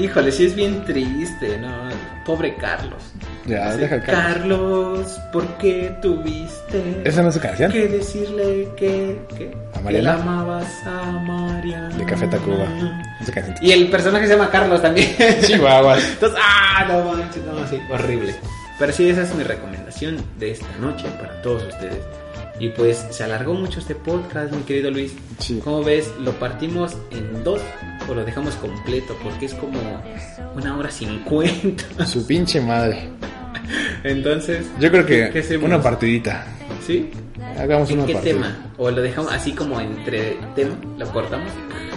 Speaker 4: Híjole, sí es bien triste, ¿no? Pobre Carlos.
Speaker 3: Ya,
Speaker 4: Sí,
Speaker 3: Ah, deja el Carlos.
Speaker 4: Carlos, ¿por qué tuviste
Speaker 3: ¿Esa no es su canción?
Speaker 4: que decirle que, que,
Speaker 3: ¿A
Speaker 4: que
Speaker 3: Mariana?
Speaker 4: la amabas a Mariana?
Speaker 3: De Café Tacuba. Esa canción.
Speaker 4: Y el personaje se llama Carlos también.
Speaker 3: Chihuahuas.
Speaker 4: Entonces, ah, no manches, no, sí, horrible. Pero sí, esa es mi recomendación de esta noche para todos ustedes. Y pues se alargó mucho este podcast, mi querido Luis.
Speaker 3: Sí.
Speaker 4: Como ves, lo partimos en dos o lo dejamos completo porque es como una hora cincuenta.
Speaker 3: Su pinche madre.
Speaker 4: Entonces,
Speaker 3: Yo creo
Speaker 4: ¿Qué
Speaker 3: que
Speaker 4: hacemos?
Speaker 3: una partidita.
Speaker 4: ¿sí?
Speaker 3: Hagamos
Speaker 4: ¿En
Speaker 3: una
Speaker 4: qué
Speaker 3: partida.
Speaker 4: tema? O lo dejamos así como entre tema, lo cortamos,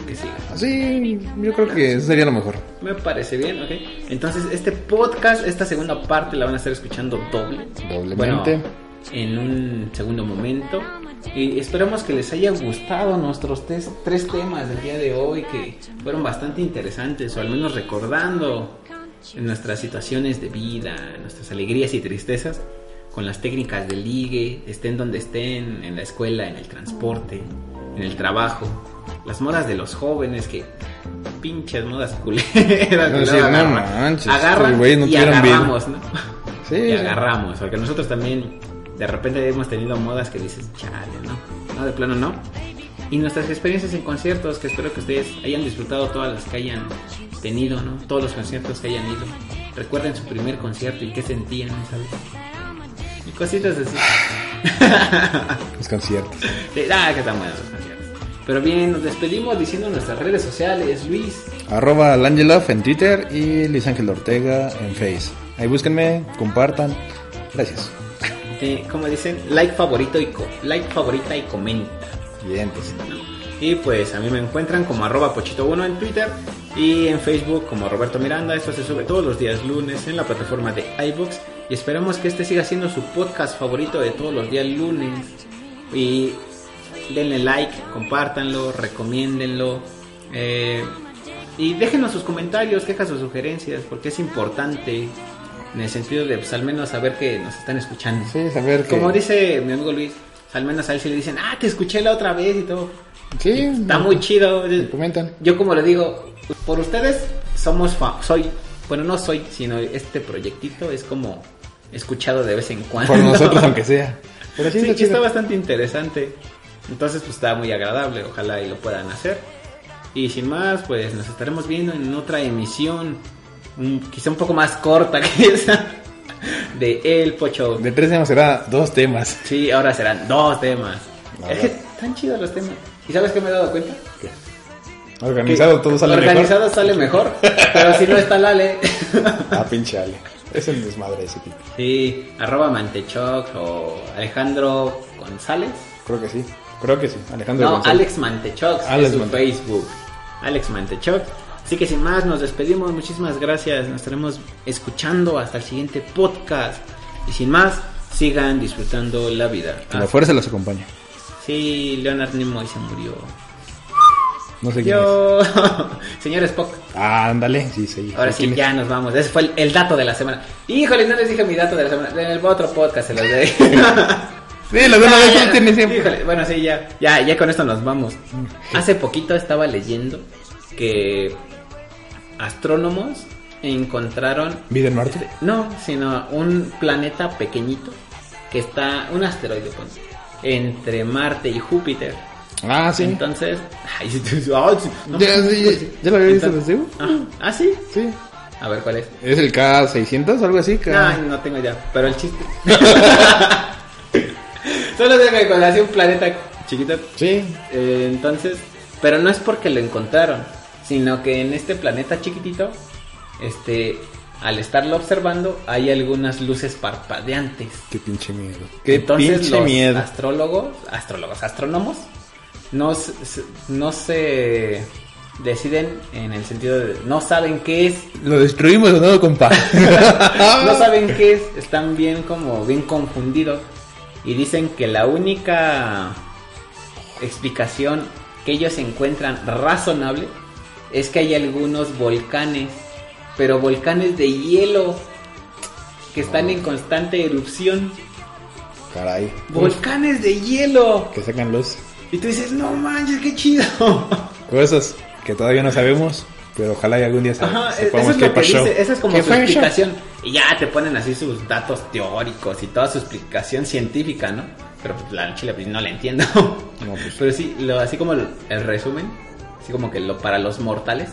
Speaker 4: que siga.
Speaker 3: Sí, yo creo
Speaker 4: Ah,
Speaker 3: que eso sería lo mejor.
Speaker 4: Me parece bien, ok. Entonces, este podcast, esta segunda parte la van a estar escuchando doble.
Speaker 3: Doblemente.
Speaker 4: Bueno, en un segundo momento. Y esperamos que les haya gustado nuestros tres, tres temas del día de hoy, que fueron bastante interesantes, o al menos recordando nuestras situaciones de vida, nuestras alegrías y tristezas, con las técnicas de ligue, estén donde estén, en la escuela, en el transporte, en el trabajo, las modas de los jóvenes que pinches modas culeras.
Speaker 3: No,
Speaker 4: que
Speaker 3: sí,
Speaker 4: luego
Speaker 3: no
Speaker 4: agarran.
Speaker 3: manches,
Speaker 4: agarran
Speaker 3: estos güeyes no
Speaker 4: y
Speaker 3: tuvieron vida.
Speaker 4: agarramos, ¿no?
Speaker 3: Sí.
Speaker 4: y
Speaker 3: sí.
Speaker 4: agarramos, porque nosotros también de repente hemos tenido modas que dices, chale, no, no, de plano no. Y nuestras experiencias en conciertos, que espero que ustedes hayan disfrutado todas las que hayan tenido, ¿no? Todos los conciertos que hayan ido. Recuerden su primer concierto y qué sentían, ¿sabes? Y cositas así.
Speaker 3: Los conciertos.
Speaker 4: Sí, ah, que están buenos los conciertos. Pero bien, nos despedimos diciendo nuestras redes sociales, Luis.
Speaker 3: Arroba Langelov en Twitter y Luis Ángel Ortega en Face. Ahí búsquenme, compartan. Gracias.
Speaker 4: eh, como dicen, like favorito y co- like favorita y comenta.
Speaker 3: Bien, pues.
Speaker 4: Y pues a mí me encuentran como arroba pochito1 en Twitter y en Facebook como Roberto Miranda. Esto se sube todos los días lunes en la plataforma de iBox y esperamos que este siga siendo su podcast favorito de todos los días lunes. Y denle like, compártanlo, recomiéndenlo. eh, y déjenos sus comentarios, quejas o sugerencias porque es importante en el sentido de pues al menos saber que nos están escuchando.
Speaker 3: Sí, saber que...
Speaker 4: Como dice mi amigo Luis, al menos a él sí le dicen, ah, te escuché la otra vez y todo.
Speaker 3: Sí.
Speaker 4: Está muy chido.
Speaker 3: Comentan.
Speaker 4: Yo como lo digo, por ustedes somos fa- soy, bueno no soy, sino este proyectito es como escuchado de vez en cuando.
Speaker 3: Por nosotros, aunque sea. Pero sí,
Speaker 4: Sí,
Speaker 3: está
Speaker 4: está
Speaker 3: chido.
Speaker 4: bastante interesante. Entonces pues está muy agradable, ojalá y lo puedan hacer. Y sin más, pues nos estaremos viendo en otra emisión, mm, quizá un poco más corta que esa de El Pocho.
Speaker 3: De tres temas será dos temas.
Speaker 4: Sí, ahora serán dos temas.
Speaker 3: Ahora.
Speaker 4: Es que están chidos los temas. ¿Y sabes qué me he dado cuenta?
Speaker 3: Organizado
Speaker 4: Que
Speaker 3: todo sale
Speaker 4: Organizado sale mejor, pero si no está Lale.
Speaker 3: mejor. Ah, pinche Ale. Es el desmadre ese tipo.
Speaker 4: Sí, arroba Mantechoc o Alejandro González.
Speaker 3: Creo que sí. Creo que sí. Alejandro
Speaker 4: No,
Speaker 3: González.
Speaker 4: Alex Mantechoc
Speaker 3: Alex
Speaker 4: es su
Speaker 3: Mante-
Speaker 4: Facebook. Alex Mantechoc. Así que sin más, nos despedimos. Muchísimas gracias. Nos estaremos escuchando hasta el siguiente podcast. Y sin más, sigan disfrutando la vida.
Speaker 3: Que La fuerza los acompaña.
Speaker 4: Sí, Leonard Nimoy se murió.
Speaker 3: No sé quién es.
Speaker 4: Yo, señor Spock.
Speaker 3: Ah, ándale. Sí, sí.
Speaker 4: Ahora sí,
Speaker 3: ¿Quién es?
Speaker 4: ya nos vamos. Ese fue el, el dato de la semana. Híjole, no les dije mi dato de la semana. En el otro podcast se los doy.
Speaker 3: Sí, lo de una
Speaker 4: Ah,
Speaker 3: vez
Speaker 4: ya.
Speaker 3: tú tienes siempre.
Speaker 4: Híjole, bueno, sí, ya, ya, ya con esto nos vamos. Hace poquito estaba leyendo que astrónomos encontraron,
Speaker 3: ¿Vida en Marte?
Speaker 4: no, sino un planeta pequeñito que está, un asteroide, pues, entre Marte y Júpiter.
Speaker 3: Ah, sí.
Speaker 4: Entonces, ay, ay, sí, no. pues,
Speaker 3: Ya, sí, ya- ya lo había visto
Speaker 4: Entonces-
Speaker 3: desde U.
Speaker 4: Ah, ah, sí.
Speaker 3: Sí.
Speaker 4: A ver cuál es.
Speaker 3: ¿Es el K600 o algo así? K-
Speaker 4: No, no tengo idea, pero el chiste. Solo tengo que cuando hacía un planeta chiquito.
Speaker 3: Sí.
Speaker 4: eh, entonces, pero no es porque lo encontraron, sino que en este planeta chiquitito, este, al estarlo observando, hay algunas luces parpadeantes.
Speaker 3: Qué pinche miedo. Qué
Speaker 4: entonces
Speaker 3: pinche
Speaker 4: los
Speaker 3: miedo.
Speaker 4: astrólogos, astrólogos, astrónomos, no, se- se- no se deciden en el sentido de no saben qué es,
Speaker 3: Lo destruimos o no, compa. Ah.
Speaker 4: no saben qué es, están bien como bien confundidos y dicen que la única explicación que ellos encuentran razonable es que hay algunos volcanes, pero volcanes de hielo que
Speaker 3: Oh.
Speaker 4: están en constante erupción.
Speaker 3: Caray.
Speaker 4: Volcanes de hielo.
Speaker 3: Que sacan luz.
Speaker 4: Y tú dices, no manches, qué chido.
Speaker 3: Cosas que todavía no sabemos, pero ojalá y algún día
Speaker 4: Ajá, e-
Speaker 3: sab-
Speaker 4: eso
Speaker 3: sepamos
Speaker 4: es
Speaker 3: qué
Speaker 4: lo que
Speaker 3: pasó.
Speaker 4: dice, esa es como
Speaker 3: ¿Qué
Speaker 4: su
Speaker 3: fue eso?
Speaker 4: explicación. Y ya te ponen así sus datos teóricos y toda su explicación científica, ¿no? Pero pues, la chile pues, no la entiendo.
Speaker 3: pues.
Speaker 4: Pero sí, lo- así como el, el resumen, así como que lo para los mortales,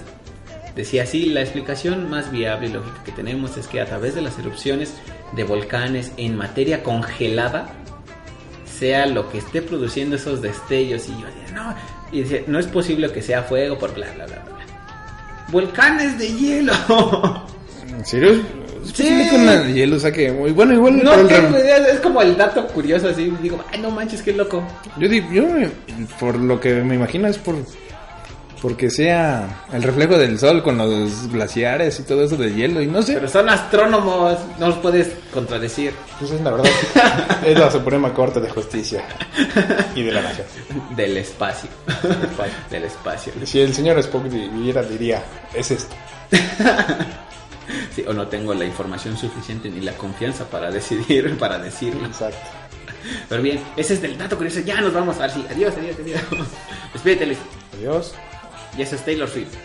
Speaker 4: decía así, la explicación más viable y lógica que tenemos es que a través de las erupciones de volcanes en materia congelada, sea lo que esté produciendo esos destellos. Y yo decía, no, y dice, no es posible que sea fuego por bla, bla, bla, bla. Volcanes de hielo.
Speaker 3: ¿En serio? ¿Es
Speaker 4: Sí.
Speaker 3: posible que una hielo saque muy bueno igual
Speaker 4: no
Speaker 3: para el
Speaker 4: tengo
Speaker 3: rem-
Speaker 4: idea, es como el dato curioso así. Digo, ay, no manches, qué loco.
Speaker 3: yo digo, yo me- por lo que me imagino es por porque sea el reflejo del sol con los glaciares y todo eso de hielo y no sé.
Speaker 4: Pero son astrónomos, no los puedes contradecir.
Speaker 3: Pues es la verdad. es la Suprema Corte de Justicia y de la Nación.
Speaker 4: Del espacio. Del espacio.
Speaker 3: Si el señor Spock viviera diría, es esto.
Speaker 4: Sí, o no tengo la información suficiente ni la confianza para decidir, para decirlo.
Speaker 3: Exacto.
Speaker 4: Pero bien, ese es del dato curioso. Ya nos vamos. Ahora sí, adiós, adiós, adiós. Despídete, Luis.
Speaker 3: Adiós.
Speaker 4: Y eso es Taylor Swift.